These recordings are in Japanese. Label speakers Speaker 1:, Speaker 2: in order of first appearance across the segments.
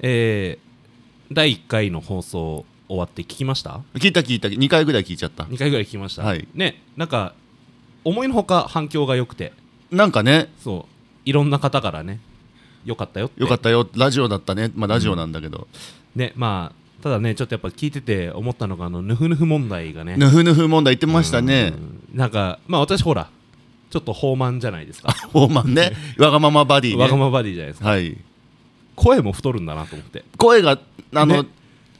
Speaker 1: えー第1回の放送終わって聞きました
Speaker 2: 聞いた聞いた2回ぐらい聞いちゃった
Speaker 1: 2回ぐらい聞きました、
Speaker 2: はい
Speaker 1: ねなんか思いのほか反響が良くて
Speaker 2: なんかね
Speaker 1: そういろんな方からね良かったよって
Speaker 2: よかったよラジオだったねまあラジオなんだけど、
Speaker 1: ねまあただねちょっとやっぱ聞いてて思ったのがあのヌフヌフ問題がね
Speaker 2: ぬふぬふ問題言ってましたね
Speaker 1: うんなんかまあ私ほらちょっと放慢じゃないですか
Speaker 2: フォーマン ねわがままバディね
Speaker 1: わがままバディじゃないですか
Speaker 2: はい
Speaker 1: 声も太るんだなと思って
Speaker 2: 声があの、
Speaker 1: ね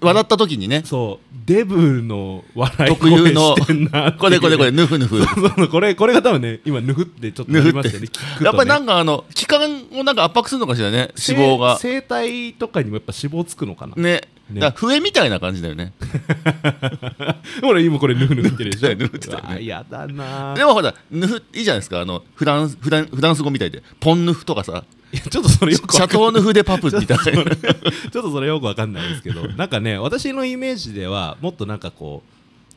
Speaker 2: 笑った時にね
Speaker 1: そうデブの笑い
Speaker 2: 特
Speaker 1: 声
Speaker 2: 有の
Speaker 1: してんなっていう
Speaker 2: これこれこれぬふぬふ
Speaker 1: そうそう これこれが多分ね今ヌフってちょっとなりましたよね聞くとね
Speaker 2: やっぱりなんかあの気管をなんか圧迫するのかしらね脂肪が
Speaker 1: せ声帯とかにもやっぱ脂肪つくのかな、
Speaker 2: ね
Speaker 1: ね
Speaker 2: だから笛みたいな感じだよね
Speaker 1: ほら今これヌフヌフってる でしょ
Speaker 2: ヌフってたよね
Speaker 1: うわやだなぁ
Speaker 2: でもほらぬふいいじゃないですかあのフランスフランフランス語みたいでポンヌフとかさ
Speaker 1: いやちょっとそれよく
Speaker 2: シ
Speaker 1: わ
Speaker 2: ャ
Speaker 1: か
Speaker 2: トーヌフでパプみたいな
Speaker 1: ちょっとそれよくわかんないですけ どなんかね私のイメージではもっとなんかこ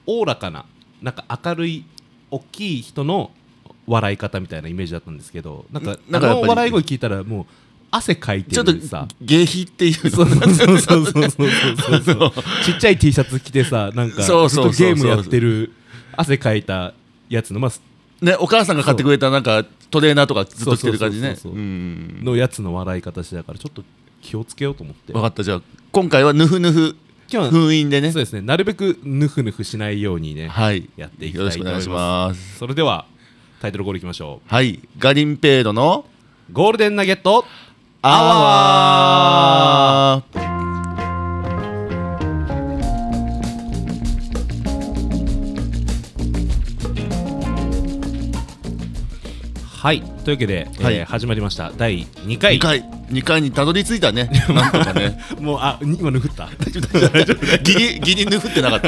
Speaker 1: うおおらかななんか明るい大きい人の笑い方みたいなイメージだったんですけどなんか
Speaker 2: な
Speaker 1: あ
Speaker 2: んかやっぱり
Speaker 1: の笑い声聞いたらもう汗かいて
Speaker 2: ちょっと
Speaker 1: るさ
Speaker 2: 下皮っていう
Speaker 1: そう
Speaker 2: の
Speaker 1: そうそうそうそうそうそう ちっちゃい T シャツ着てさなんかずっ
Speaker 2: そ
Speaker 1: と
Speaker 2: うそうそうそう
Speaker 1: ゲームやってる汗かいたやつの,、まあ、
Speaker 2: ねお母さんが買ってくれたなんかトレーナーとかずっと着てる感じね
Speaker 1: そうそうそうそう
Speaker 2: うん
Speaker 1: のやつの笑い方してたからちょっと気をつけようと思って
Speaker 2: 分かったじゃあ今回はヌフヌフ
Speaker 1: 今日は
Speaker 2: 封印でね
Speaker 1: そうですねなるべくヌフヌフしないようにね、
Speaker 2: はい
Speaker 1: やっていきた
Speaker 2: よ
Speaker 1: いと
Speaker 2: ろし
Speaker 1: 思
Speaker 2: く
Speaker 1: います
Speaker 2: お願いします
Speaker 1: それではタイトルコールいきましょ
Speaker 2: はいガリンペイドの
Speaker 1: うゴールデンナゲット
Speaker 2: アワー
Speaker 1: はいというわけで、
Speaker 2: はい
Speaker 1: えー始まりました第2回
Speaker 2: 2回2回にたどり着い たねなんとかね
Speaker 1: もうあに今ぬふったい
Speaker 2: ギリギリぬふってなかった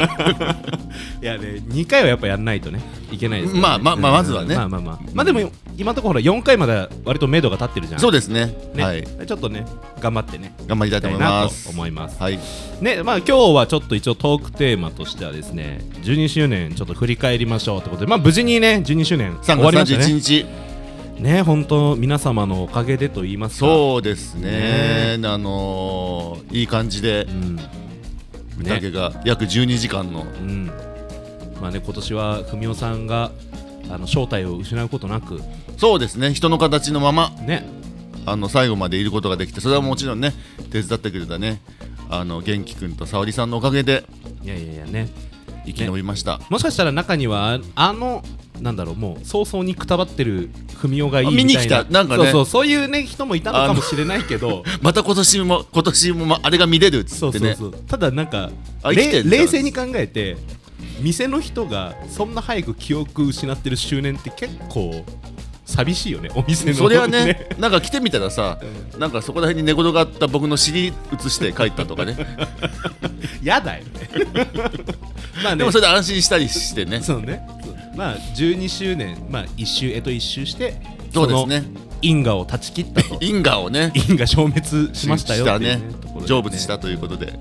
Speaker 1: やね2回はやっぱやんないとねいけないですからね
Speaker 2: まあまあまあ
Speaker 1: うん
Speaker 2: まずはね
Speaker 1: まあまあまあまあでも今のところほら4回まで割と目処が立ってるじゃん
Speaker 2: そうですね
Speaker 1: ね
Speaker 2: はい
Speaker 1: ちょっとね頑張ってね
Speaker 2: 頑張りたいと
Speaker 1: や
Speaker 2: 思
Speaker 1: り
Speaker 2: い
Speaker 1: たいな
Speaker 2: ます
Speaker 1: と思います
Speaker 2: はい
Speaker 1: ねまあ今日はちょっと一応トークテーマとしてはですね12周年ちょっと振り返りましょうということでまあ無事にね12周年終
Speaker 2: 3
Speaker 1: わりま
Speaker 2: 月
Speaker 1: した
Speaker 2: 31
Speaker 1: ね
Speaker 2: 日
Speaker 1: ね本当皆様のおかげでと言いますか
Speaker 2: そうですね
Speaker 1: ね
Speaker 2: あのーいい感じで
Speaker 1: うん
Speaker 2: 宴が約12時間の
Speaker 1: うん、まあね今年は文雄さんがあの正体を失うことなく
Speaker 2: そうですね人の形のまま
Speaker 1: ね
Speaker 2: あの最後までいることができてそれはもちろんね手伝ってくれたねあの元気くんと沙織さんのおかげで
Speaker 1: いやいやいやね
Speaker 2: 生き延びました、
Speaker 1: もしかしたら中にはああのなんだろうもう早々にくたばってる文雄がいいみたいな
Speaker 2: あ見に来たなんかね
Speaker 1: そうそうそういうね人もいたのかもしれないけ ど
Speaker 2: また今年も今年もまあれが見れるっつ
Speaker 1: そ
Speaker 2: っ
Speaker 1: う
Speaker 2: て
Speaker 1: そう
Speaker 2: ね
Speaker 1: そう、ただなんか
Speaker 2: あ生きて
Speaker 1: れ
Speaker 2: んだ
Speaker 1: 冷静に考えて店の人がそんな早く記憶失ってる執念って結構寂しいよねお店の
Speaker 2: それ はねなんか来てみたらさなんかそこら辺に寝転がった僕の尻写して帰ったと かね
Speaker 1: やだ よねまあね
Speaker 2: でもそれで安心したりしてね
Speaker 1: そうね。まあ12周年、まあ一周えと一周して、
Speaker 2: そうですね。
Speaker 1: その因果を断ち切ったと
Speaker 2: 因果をね
Speaker 1: 因果消滅しましたよっていうね
Speaker 2: し
Speaker 1: と
Speaker 2: た
Speaker 1: ころ
Speaker 2: ね
Speaker 1: でね
Speaker 2: 成仏したということで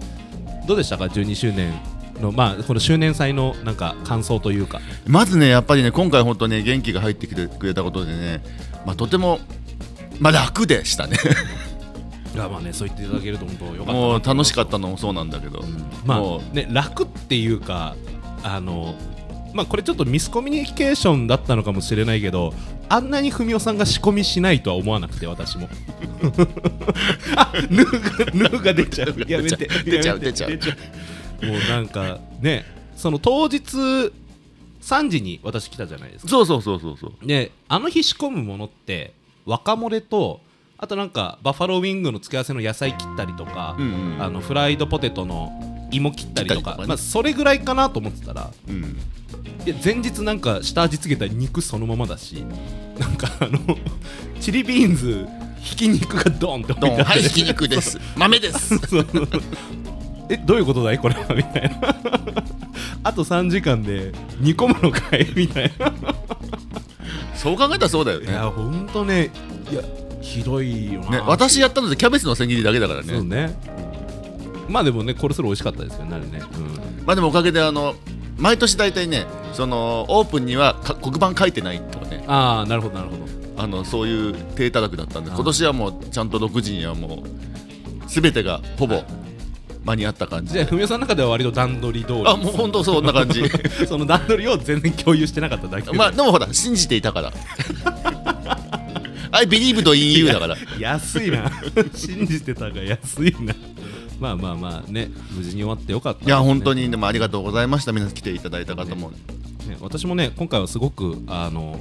Speaker 1: どうでしたか12周年のまあこの周年祭のなんか感想というか
Speaker 2: まずねやっぱりね今回本当ね元気が入ってきてくれたことでねまあとてもまあ楽でした ね
Speaker 1: いやまあねそう言っていただけると本当よかったな
Speaker 2: もう楽しかったのもそうなんだけど、
Speaker 1: ま
Speaker 2: もう
Speaker 1: あね楽っていうかあのまあこれちょっとミスコミュニケーションだったのかもしれないけどあんなに文雄さんが仕込みしないとは思わなくて私 もあヌーがヌーが出ちゃうやめて
Speaker 2: 出ちゃ
Speaker 1: や
Speaker 2: う
Speaker 1: めて
Speaker 2: 出ちゃう
Speaker 1: もうなんかねその当日3時に私来たじゃないですか
Speaker 2: そうそうそうそうそう
Speaker 1: であの日仕込むものって若漏れとあとなんかバッファローウィングの付け合わせの野菜切ったりとか、
Speaker 2: うんうん
Speaker 1: あのフライドポテトの芋切ったりと
Speaker 2: 切った
Speaker 1: か
Speaker 2: りとかね
Speaker 1: まあ、それぐらいかなと思ってたら
Speaker 2: うん
Speaker 1: いや前日なんか下味つけた肉そのままだしなんかあの チリビーンズひき肉がドーンって置いてあ
Speaker 2: ド
Speaker 1: っ
Speaker 2: ン
Speaker 1: て
Speaker 2: はいひき肉 です豆で
Speaker 1: そ
Speaker 2: す
Speaker 1: うそうそう えどういうことだいこれは みたいなあと3時間で煮込むのかいみたいな
Speaker 2: そう考えたらそうだよ
Speaker 1: い
Speaker 2: ね
Speaker 1: やほんとねいやひどいよな
Speaker 2: ね私やったのでキャベツの千切りだけだから
Speaker 1: そう
Speaker 2: ね
Speaker 1: ねまあでもねこれそれ美味しかったですよねあれね、うん
Speaker 2: まあでもおかげであの毎年大体ねそのオープンにはか黒板書いてないとかね
Speaker 1: ああなるほどなるほど
Speaker 2: あのそういう低たらくだったんで
Speaker 1: あー
Speaker 2: 今年はもうちゃんと6時にはもう全てがほぼ間に合った感じ
Speaker 1: じゃあ
Speaker 2: で
Speaker 1: 文雄さんの中では割と段取り通り
Speaker 2: あもう本当そんな感 じ
Speaker 1: その段取りを全然共有してなかっただけで
Speaker 2: まあでもほら信じていたから I believe と in you だから
Speaker 1: 安いな 信じてたが安いなまあまあまあね無事に終わってよかったです
Speaker 2: い
Speaker 1: ね、
Speaker 2: や本当にでもありがとうございました皆さん来ていただいた方も、
Speaker 1: ね私もね今回はすごくあの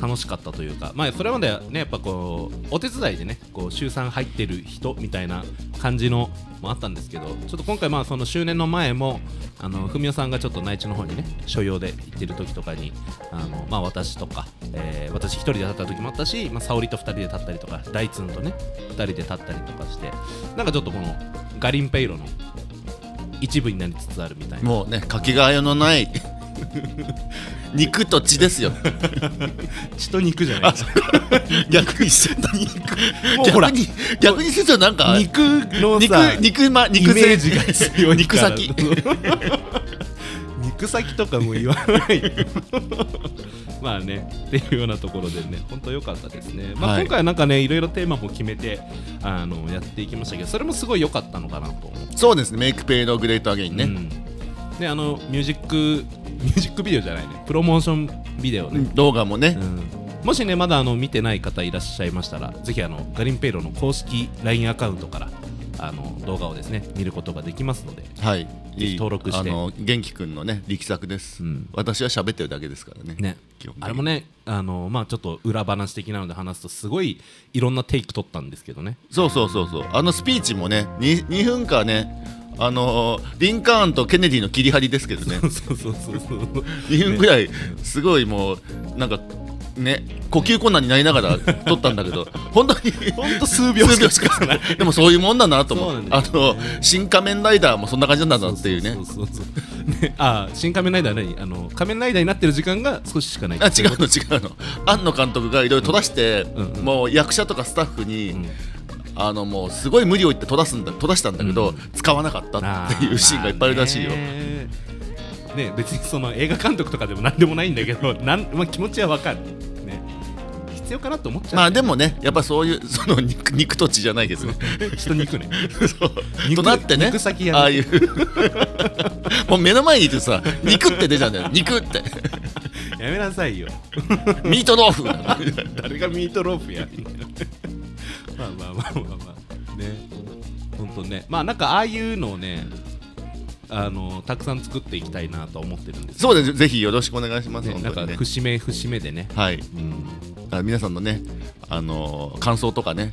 Speaker 1: 楽しかったというか、まあ、それまではねやっぱこうお手伝いでねこう週3入ってる人みたいな感じのもあったんですけどちょっと今回まあその周年の前もあの文雄さんがちょっと内地の方にね所用で行ってる時とかにあの、まあ、私とか、えー私一人で立った時もあったし、まあ、沙織と二人で立ったりとか大津んとね二人で立ったりとかしてなんかちょっとこのガリンペイロの一部になりつつあるみたいな
Speaker 2: もうねかけがえのない 肉と血ですよ
Speaker 1: 血と肉じゃない
Speaker 2: 逆にしてた肉
Speaker 1: もうほら
Speaker 2: 逆に逆にするとなんか
Speaker 1: 肉の
Speaker 2: 肉
Speaker 1: さ
Speaker 2: 肉ま肉
Speaker 1: イメージが強い
Speaker 2: 肉
Speaker 1: から
Speaker 2: 先
Speaker 1: 肉先とかも言わないよ まあねっていうようなところでね本当良かったですね、まあ
Speaker 2: はい
Speaker 1: 今回はなんかねいろいろテーマも決めてあのやっていきましたけどそれもすごい良かったのかなと思う
Speaker 2: そうですねメイクペイのグレートアゲインね、
Speaker 1: うんであのミュージックミュージックビデオじゃないねプロモーションビデオね、
Speaker 2: 動画もね、
Speaker 1: うんもしねまだあの見てない方いらっしゃいましたらぜひあのガリンペイロの公式 LINE アカウントからあの動画をですね見ることができますので、
Speaker 2: はい
Speaker 1: ひ登録して
Speaker 2: あの元気くんのね力作です、
Speaker 1: うん
Speaker 2: 私は喋ってるだけですからね
Speaker 1: ね
Speaker 2: 基本的に
Speaker 1: あれもねあのまあちょっと裏話的なので話すとすごいいろんなテイク取ったんですけ どね
Speaker 2: そうそうそうそうあのスピーチもね 2, 2分間ねあのーリンカーンとケネディの切り張りですけどね
Speaker 1: そうそうそうそう
Speaker 2: 2分ぐらいすごいもうなんかね呼吸困難になりながら 撮ったんだけど本当に
Speaker 1: ほんと数秒
Speaker 2: 数秒
Speaker 1: し
Speaker 2: し
Speaker 1: か
Speaker 2: か でもそういうもんだなと
Speaker 1: そう
Speaker 2: 思っ
Speaker 1: な
Speaker 2: て
Speaker 1: んだ
Speaker 2: あ
Speaker 1: よ
Speaker 2: の新仮面ライダーもそんな感じなんだなっていうね
Speaker 1: そうそうそうそう ねあー新仮面ライダーは何あの仮面ライダーになってる時間が少ししかない
Speaker 2: あ違うの違うの庵野監督がいろいろ取らして、
Speaker 1: んうん
Speaker 2: もう役者とかスタッフに、
Speaker 1: ん
Speaker 2: あのもうすごい無理を言って取らすんだ取らしたんだけど、
Speaker 1: うん
Speaker 2: 使わなかったっていうシーンがいっぱいあるらしいよ、
Speaker 1: まあねね別にその映画監督とかでも何でもないんだけど なん、まあ、気持ちはわかる、ね、必要かなと思っちゃう、
Speaker 2: まあでもねやっぱそう いうその肉肉と血じゃないけどね
Speaker 1: 人肉 ね
Speaker 2: そう
Speaker 1: 肉
Speaker 2: となってね
Speaker 1: 肉先やね
Speaker 2: ああいう もう目の前にいてさ肉って出ちゃうんだよ 肉って
Speaker 1: やめなさいよ
Speaker 2: ミートローフ
Speaker 1: 誰がミートロープやまあまあまあまあまあねほんとねまあなんかああいうのをねあのたくさん作っていきたいなと思ってるんです
Speaker 2: そうですぜひよろしくお願いします、
Speaker 1: ね、な
Speaker 2: 本
Speaker 1: ん
Speaker 2: 当
Speaker 1: か
Speaker 2: にね
Speaker 1: 節目節目でね、
Speaker 2: はい
Speaker 1: うん
Speaker 2: あ皆さんのね、あのー感想とかね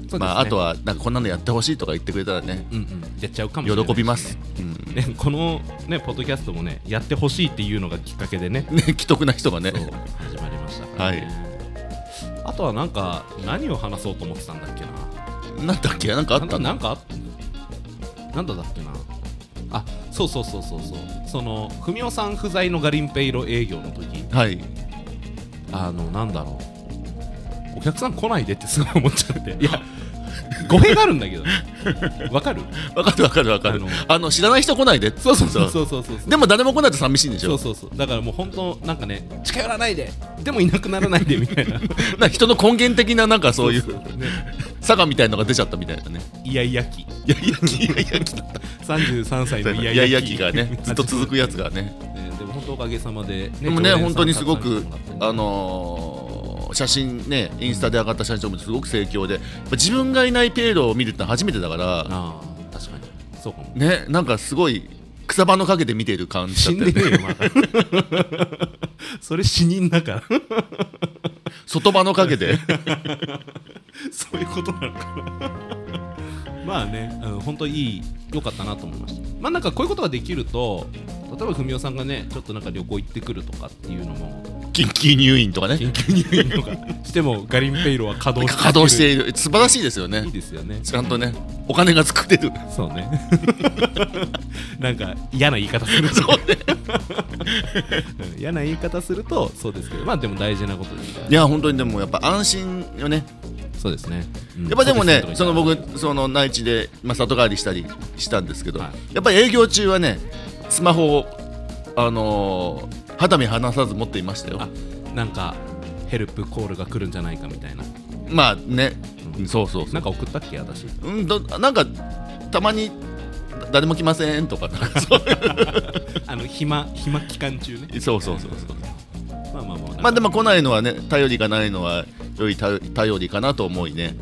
Speaker 1: ですね
Speaker 2: まあ、あとはなんかこんなのやってほしいとか言ってくれたらね
Speaker 1: うんうん、やっちゃうかもしれない
Speaker 2: 喜びます、うん
Speaker 1: ね、この、ね、ポッドキャストもねやってほしいっていうのがきっかけでね
Speaker 2: ね既得な人がね
Speaker 1: そう始まりましたから、ねあとはなんか何を話そうと思ってたんだっけな
Speaker 2: なんだっけなんかあっ
Speaker 1: な
Speaker 2: た
Speaker 1: ん
Speaker 2: の
Speaker 1: なんかあなんだだっけなあそうそうそうそうそうその文雄さん不在のガリンペイロ営業の時
Speaker 2: はい
Speaker 1: あのなんだろうお客さん来ないでってすごい思っちゃっていや 語弊があるんだけどねわかる
Speaker 2: わかるわかるわかるあ
Speaker 1: あ
Speaker 2: の
Speaker 1: の
Speaker 2: 知らない人来ないで
Speaker 1: そうそうそうそううそうそう
Speaker 2: でも誰も来ないと寂しいんでし
Speaker 1: そう
Speaker 2: ょ
Speaker 1: そうそうだからもう本当なんかね近寄らないででもいなくならないでみたいな
Speaker 2: なんか人の根源的ななんかそういう
Speaker 1: ね
Speaker 2: 佐賀みたいのが出ちゃったみたいなね
Speaker 1: イヤイヤ期
Speaker 2: いやいやきいやいやきだった
Speaker 1: 33歳の
Speaker 2: い
Speaker 1: イ
Speaker 2: やい
Speaker 1: ヤ
Speaker 2: や
Speaker 1: イヤ
Speaker 2: き
Speaker 1: 期
Speaker 2: がねずっと続くやつ がね
Speaker 1: ねでも本当おかげさまで、ね、
Speaker 2: でもね
Speaker 1: 常連さん
Speaker 2: 本当にすご
Speaker 1: たく
Speaker 2: く
Speaker 1: さん来てもらってね
Speaker 2: あのー写真ねインスタで上がった写真もすごく盛況でやっぱ自分がいないペイロを見るってのは初めてだから
Speaker 1: ああ確かにそう かも
Speaker 2: ねなんかすごい草場の陰で見てる感じだ
Speaker 1: 死
Speaker 2: っ
Speaker 1: ん
Speaker 2: た
Speaker 1: でね
Speaker 2: よね
Speaker 1: えよまだ それ死人だから
Speaker 2: 外場の陰で
Speaker 1: そういうことなの かなまあね、うん、本当いい良かったなと思いましたまあなんかこういうことができると例えば文雄さんがねちょっとなんか旅行行ってくるとかっていうのも
Speaker 2: 緊急入院とかね
Speaker 1: 緊急入院とか してもガリンペイロは稼働して
Speaker 2: 稼働している素晴らしいですよね
Speaker 1: いいですよね
Speaker 2: ちゃんとねお金が作ってる
Speaker 1: そうね なんか嫌な言い方する
Speaker 2: そうね
Speaker 1: うん嫌な言い方するとそうですけどまあでも大事なことですから
Speaker 2: いや本当にでもやっぱ安心よね
Speaker 1: そうですね、うん
Speaker 2: やっぱでもね
Speaker 1: そうす
Speaker 2: その
Speaker 1: とか言っ
Speaker 2: 僕その内地で、まあ、里帰りしたりしたんですけど、
Speaker 1: は
Speaker 2: やっぱり営業中はねスマホをあのー肌身離さず持っていましたよ
Speaker 1: たらあなんかヘルプコールが来るんじゃないかみたいな、
Speaker 2: まあね
Speaker 1: うん
Speaker 2: うんそうそうそ
Speaker 1: な
Speaker 2: うん
Speaker 1: か送ったっけ私
Speaker 2: うんどなんかたまにだ誰も来ませんとかそう
Speaker 1: あの暇暇期間中ね
Speaker 2: そうそうそうそう
Speaker 1: まあまあまあ
Speaker 2: まあでも来ないのはね頼りがないのは良い頼頼りかなと思いね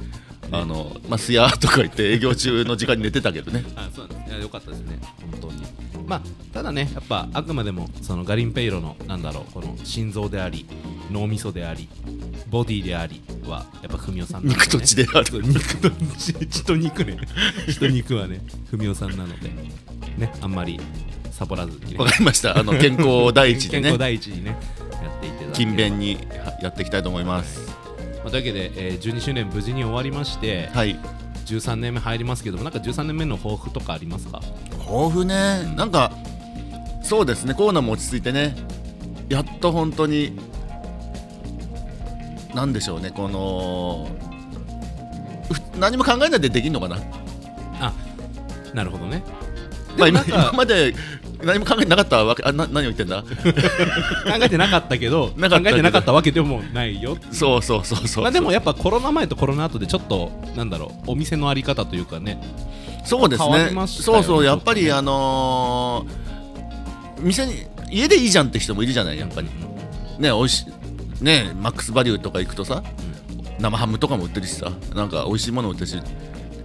Speaker 2: あのまあすやーとか言って営業中の時間に寝てたけどね
Speaker 1: あそうなんですいやよかったですね、本当に。まあ、ただね、やっぱあくまでもそのガリンペイロのなんだろうこの心臓であり、脳みそであり、ボディでありは、やっぱ文雄さんなの
Speaker 2: 肉と血である
Speaker 1: そう肉と血血と肉ね、血と肉はね、文雄さんなので、ね、あんまりサボらずにね、
Speaker 2: わかりましたあの健康第一で
Speaker 1: 健康
Speaker 2: ね
Speaker 1: 第一にね、やっていって
Speaker 2: 勤勉にはやっていきたいと思います
Speaker 1: まあ、というわけで、えー12周年、無事に終わりまして、
Speaker 2: はい
Speaker 1: 13年目入りますけども、なんか13年目の抱負とかありますか
Speaker 2: 豊富ねなんかそうですねコロナも落ち着いてねやっと本当になんでしょうねこのふ何も考えないでできるのかな
Speaker 1: あなるほどね。
Speaker 2: まあ、
Speaker 1: でも
Speaker 2: 今
Speaker 1: なんか
Speaker 2: 今まで何も考えてなかったわけあな何を言ってんだ
Speaker 1: 考えてなかったけど
Speaker 2: なかったけ
Speaker 1: 考
Speaker 2: ど
Speaker 1: えてなかったわけでもないよ
Speaker 2: そうそうそうそう、
Speaker 1: まあでもやっぱコロナ前とコロナ後でちょっとなんだろうお店のあり方というかね
Speaker 2: そうです
Speaker 1: 変わ
Speaker 2: ね
Speaker 1: りましたよ
Speaker 2: そうそうやっぱり、
Speaker 1: ちょっとね
Speaker 2: あのー店に家でいいじゃんって人もいるじゃないやっぱりねおいしねマックスバリューとか行くとさ生ハムとかも売ってるしさなんか美味しいものも売ってるし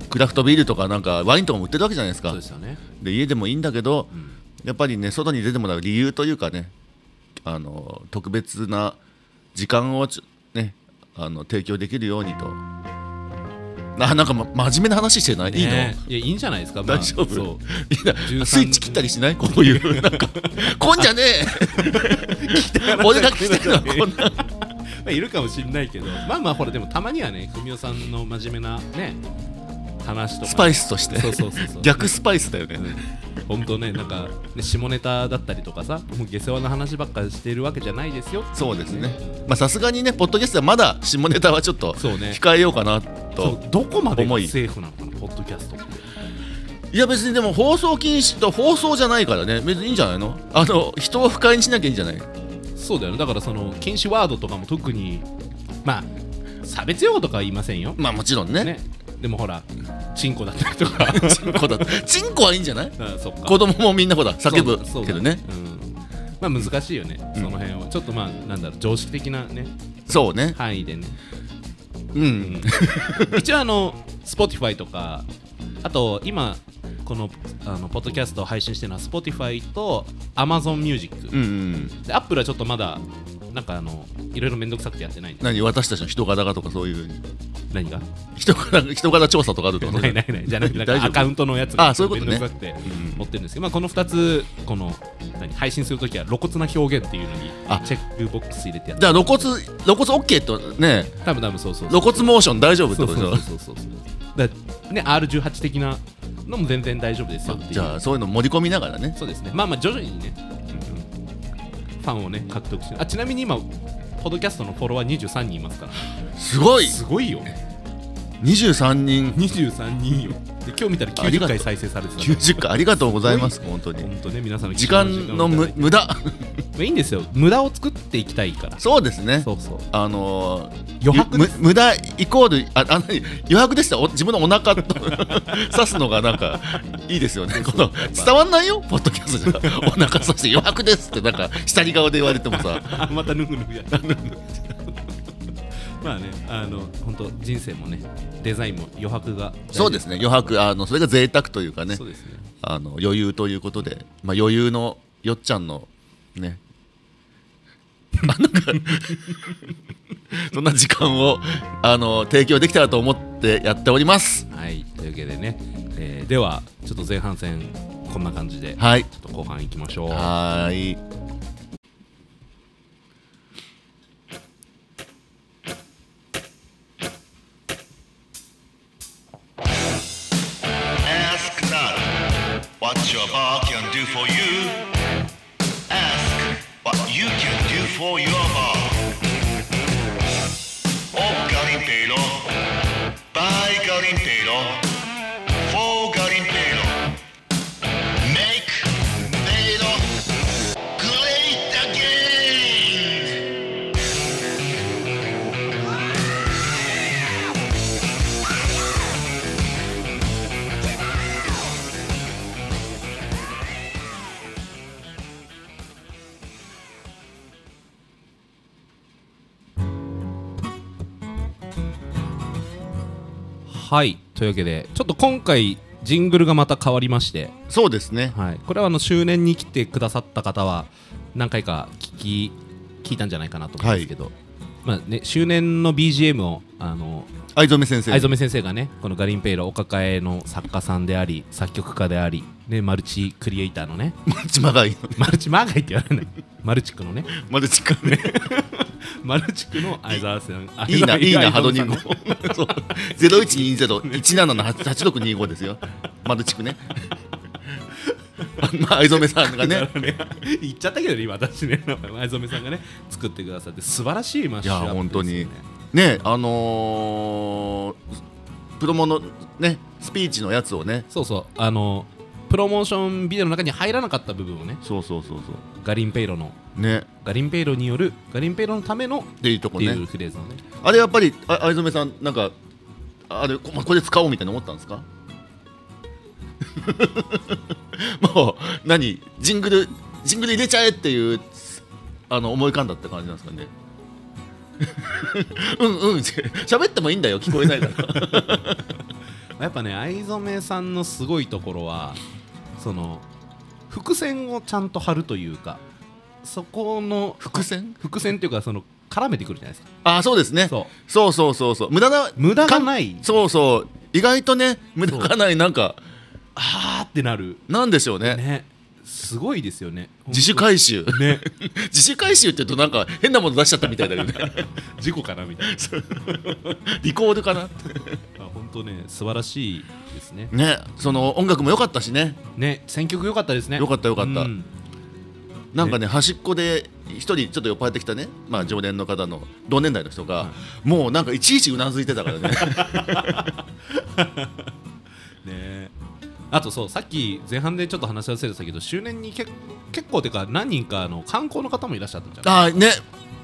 Speaker 2: クラフトビールとかなんかワインとかも売ってるわけじゃないです
Speaker 1: そ
Speaker 2: か
Speaker 1: うですよね
Speaker 2: で家でもいいんだけど、やっぱりね外に出てもらう理由というかねあの特別な時間をちょねあの提供できるようにとななんか、ま、真面目な話してない、
Speaker 1: ねいやいいんじゃないですか、まあ
Speaker 2: 大丈夫
Speaker 1: そう
Speaker 2: いいのいいな
Speaker 1: 13
Speaker 2: スイッチ切ったりしないこういう なんか「こんじゃねえ!」俺が聞きたいのはこんな
Speaker 1: まあいるかもしれないけどまあまあほらでもたまにはね文雄さんの真面目なね話とか
Speaker 2: スパイスとして
Speaker 1: そうそうそうそう
Speaker 2: 逆スパイスだよね、
Speaker 1: 本当ねなんかね下ネタだったりとかさもう下世話な話ばっかりしてるわけじゃないですよ
Speaker 2: そうですねまあさすがにねポッドキャストはまだ下ネタはちょっと
Speaker 1: そうね
Speaker 2: 控えようかな
Speaker 1: そ
Speaker 2: と、
Speaker 1: うどこまで
Speaker 2: 重い
Speaker 1: セーフなのかなポッドキャストって
Speaker 2: いや別にでも放送禁止と放送じゃないからね別にいいんじゃないのあの人を不快にしなきゃいいんじゃない
Speaker 1: そうだよねだからその禁止ワードとかも特にまあ差別用語とかは言いませんよ、
Speaker 2: まあもちろんね
Speaker 1: ね、でもほらチンコだったりとか
Speaker 2: チンコだってチンコはいいんじゃない
Speaker 1: あそっか
Speaker 2: 子供もみんなほら叫ぶ
Speaker 1: そう
Speaker 2: けど
Speaker 1: そ
Speaker 2: ね
Speaker 1: うだうんまあ難しいよね、その辺はちょっとまあなんだろう常識的なね
Speaker 2: そうね
Speaker 1: 範囲でね
Speaker 2: うん
Speaker 1: 一応あの Spotify とかあと今このあのポッドキャストを配信してるのは Spotify と AmazonMusic、
Speaker 2: うんうん
Speaker 1: で Apple はちょっとまだなんかあのいろいろ面倒くさくてやってないんで
Speaker 2: 何私たちの人柄がとかそういう
Speaker 1: 何が
Speaker 2: 人柄人柄調査とかあるってこ と
Speaker 1: ないない ないじゃなくてなん
Speaker 2: 大
Speaker 1: か
Speaker 2: 丈夫
Speaker 1: アカウントのやつ
Speaker 2: あそういうこと
Speaker 1: 面
Speaker 2: ね
Speaker 1: 倒くさくて持ってるんですけど、まあ、この2つこの何配信するときは露骨な表現っていうのに
Speaker 2: あ
Speaker 1: チェックボックス入れてやっ
Speaker 2: じ
Speaker 1: て
Speaker 2: ゃあ露骨露骨 OK とね
Speaker 1: 多分多分そうそうそ
Speaker 2: 露
Speaker 1: う
Speaker 2: 骨モーション大丈夫って
Speaker 1: そう
Speaker 2: ことでし
Speaker 1: そ
Speaker 2: ょ
Speaker 1: うそうそうそうだね R18 的なのも全然大丈夫ですよっていう
Speaker 2: じゃあそういうの盛り込みながらね
Speaker 1: そうですねまあまあ徐々にね、ファンをね獲得してあちなみに今ポッドキャストのフォロワー23人いますから
Speaker 2: すごい
Speaker 1: すごいよ
Speaker 2: 23人
Speaker 1: 23人よで今日見たら
Speaker 2: あり
Speaker 1: 90
Speaker 2: がとう
Speaker 1: 回再生されてた
Speaker 2: 90回ありがとうございます本当に
Speaker 1: 本当ね皆さんの貴
Speaker 2: 時
Speaker 1: 重な
Speaker 2: 間
Speaker 1: を
Speaker 2: の
Speaker 1: いただい
Speaker 2: む
Speaker 1: て
Speaker 2: 無駄
Speaker 1: いいんですよ無駄を作っていきたいから
Speaker 2: そうですね
Speaker 1: そうそう
Speaker 2: あのー、
Speaker 1: 余白
Speaker 2: ゆ
Speaker 1: で
Speaker 2: む無駄イコールああ何余白でしたお自分のお腹と 刺すのがなんかいいですよねこの伝わんないよポッドキャストじゃお腹刺して余白ですってなんか下り顔で言われて もさ
Speaker 1: あまたぬぐぬぐやった まあねあの本当人生もねデザインも余白が
Speaker 2: そうですね余白あのそれが贅沢というかね
Speaker 1: そうですね
Speaker 2: あの余裕ということで、まあ、余裕のよっちゃんの ねあなんかそんな時間をあの提供できたらと思ってやっております
Speaker 1: はいというわけでね、えーではちょっと前半戦こんな感じで、
Speaker 2: はい
Speaker 1: ちょっと後半いきましょう
Speaker 2: はーい
Speaker 3: 「
Speaker 1: はいというわけでちょっと今回ジングルがまた変わりまして、
Speaker 2: そうですね
Speaker 1: はい、これはあの周年に来てくださった方は何回か聞き聞いたんじゃないかなと思うんですけど、まあね、周年の BGM をあの
Speaker 2: 藍染先生
Speaker 1: 藍染先生がねこのガリンペイラお抱えの作家さんであり作曲家であり、ね、マルチクリエイターのね
Speaker 2: まだいいの
Speaker 1: マルチマーガイって言われないマルチクの ね
Speaker 2: まだ近いね
Speaker 1: マルチクの相沢さん
Speaker 2: いいな
Speaker 1: 相沢
Speaker 2: いいなハド
Speaker 1: 相沢
Speaker 2: ニ
Speaker 1: さ
Speaker 2: ン
Speaker 1: ん
Speaker 2: ゴ
Speaker 1: の
Speaker 2: そう0120 17-8625ですよまだ 地区ねまあ藍染さんがね
Speaker 1: ね、言っちゃったけどね今私ね 前染さんがね作ってくださって素晴らしいマッシュアップ
Speaker 2: いや本当に
Speaker 1: ですよね
Speaker 2: ねあのープロモのねスピーチのやつをね
Speaker 1: そうそうあのプロモーションビデオの中に入らなかった部分をね
Speaker 2: そうそうそうそ
Speaker 1: ガリンペイロの
Speaker 2: うね
Speaker 1: ガリンペイロによるガリンペイロのためのっ
Speaker 2: っていうとこ
Speaker 1: てい
Speaker 2: ね
Speaker 1: うフレーズのね
Speaker 2: あれやっぱりあ藍染さんなんかあれこまあこれ使おうみたいな思ったんですか もう何ジングルジングル入れちゃえっていうあの思い浮かんだって感じなんですかね うんうん喋ってもいいんだよ聞こえないから
Speaker 1: やっぱね藍染さんのすごいところはその伏線をちゃんと張るというかそこの
Speaker 2: 伏線
Speaker 1: 伏線っていうかその絡めてくるじゃないですか
Speaker 2: あそうですね
Speaker 1: そう
Speaker 2: そうそうそうそう無駄な
Speaker 1: 無駄がない
Speaker 2: かそうそう意外とね無駄がないなんか
Speaker 1: あーってなる
Speaker 2: なんでしょうね
Speaker 1: ねすごいですよね
Speaker 2: 自主回収
Speaker 1: ね
Speaker 2: 自主回収って言うとなんか変なもの出しちゃったみたいだけどね
Speaker 1: 事故かなみたい
Speaker 2: リコールかな
Speaker 1: な本当ね素晴らしいですね
Speaker 2: ねその音楽も良かったしね
Speaker 1: ね選曲良かったですね
Speaker 2: 良かった良かった
Speaker 1: うん
Speaker 2: なんかね端っこで一人ちょっと酔っ払ってきたね、まあ、常連の方の同年代の人が、もうなんかいちいちうなずいてたからね
Speaker 1: ねあとそうさっき前半でちょっと話し合わせてたけど周年にけ結構てか何人かあの観光の方もいらっしゃったんじゃない
Speaker 2: あーね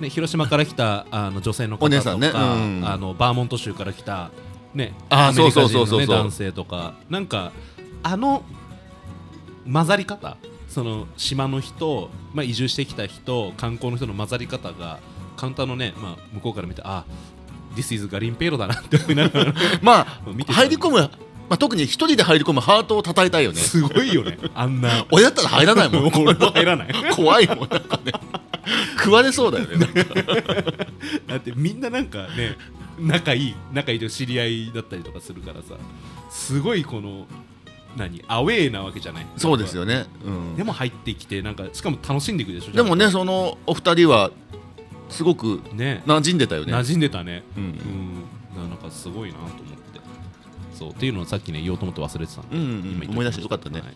Speaker 1: ね広島から来たあの女性の方とか
Speaker 2: お姉さんねうん
Speaker 1: あのバーモント州から来たね
Speaker 2: あー
Speaker 1: アメリカ人のね
Speaker 2: そうそうそうそうそう
Speaker 1: 男性とかなんかあの混ざり方その島の人、まあ、移住してきた人観光の人の混ざり方がカウンターのね、まあ、向こうから見てあ This is ガリンペイロだなって思いなが ら
Speaker 2: ま
Speaker 1: 見て
Speaker 2: あ
Speaker 1: た
Speaker 2: 入り込む、まあ、特に一人で入り込むハートを叩いたいよね
Speaker 1: すごいよねあんな
Speaker 2: 俺だったら入らない もん
Speaker 1: 俺も入らない
Speaker 2: 怖いもんなんかね食われそうだよねなんか
Speaker 1: だってみんななんかね仲いい仲いいというか知り合いだったりとかするからさすごいこの何アウェーなわけじゃない
Speaker 2: そうですよね、うん、
Speaker 1: でも入ってきてなんかしかも楽しんでいくでしょ
Speaker 2: でも
Speaker 1: ちゃ
Speaker 2: ね
Speaker 1: ん
Speaker 2: そのお二人はすごく
Speaker 1: とね
Speaker 2: 馴染んでたよね
Speaker 1: 馴染んでたね
Speaker 2: う
Speaker 1: うんんなんかすごいなと思ってそうっていうのをさっきね言おうと思って忘れてたんで
Speaker 2: うんうん
Speaker 1: 今言っときま
Speaker 2: 思い出してよかったね
Speaker 1: はい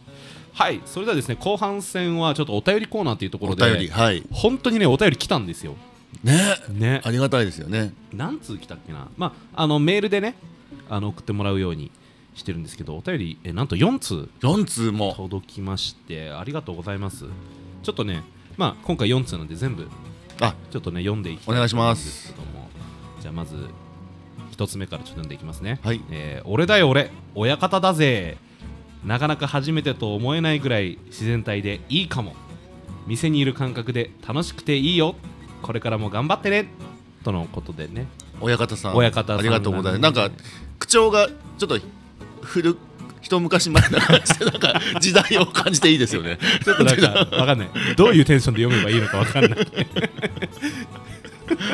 Speaker 1: はいそれではですね後半戦はちょっとお便りコーナーっていうとこ
Speaker 2: お
Speaker 1: ろで
Speaker 2: 便りはい
Speaker 1: 本当にねお便り来たんですよ
Speaker 2: ね
Speaker 1: ね
Speaker 2: ありがたいですよね
Speaker 1: 何通来たっけな、まあ、あのメールでねあの送ってもらうようにしてるんですけどお便りえなんと4通
Speaker 2: 4通も
Speaker 1: 届きましてありがとうございますちょっとね、まあ、今回4通なんで全部
Speaker 2: あ
Speaker 1: ちょっとね読んでいきたい
Speaker 2: お願いします
Speaker 1: と思うんですけどもじゃあまず1つ目からちょっと読んでいきますね、
Speaker 2: はい
Speaker 1: えー俺だよ俺親方だぜなかなか初めてと思えないぐらい自然体でいいかも店にいる感覚で楽しくていいよこれからも頑張ってねとのことでね
Speaker 2: 親方さん
Speaker 1: 親方さん
Speaker 2: ありがとうございますな
Speaker 1: なんん
Speaker 2: か
Speaker 1: で
Speaker 2: 口調がちょっと古一昔前な感 じでなんか時代を感じていいです よね
Speaker 1: ちょっとなんかわかんないどういうテンションで読めばいいのかわかんない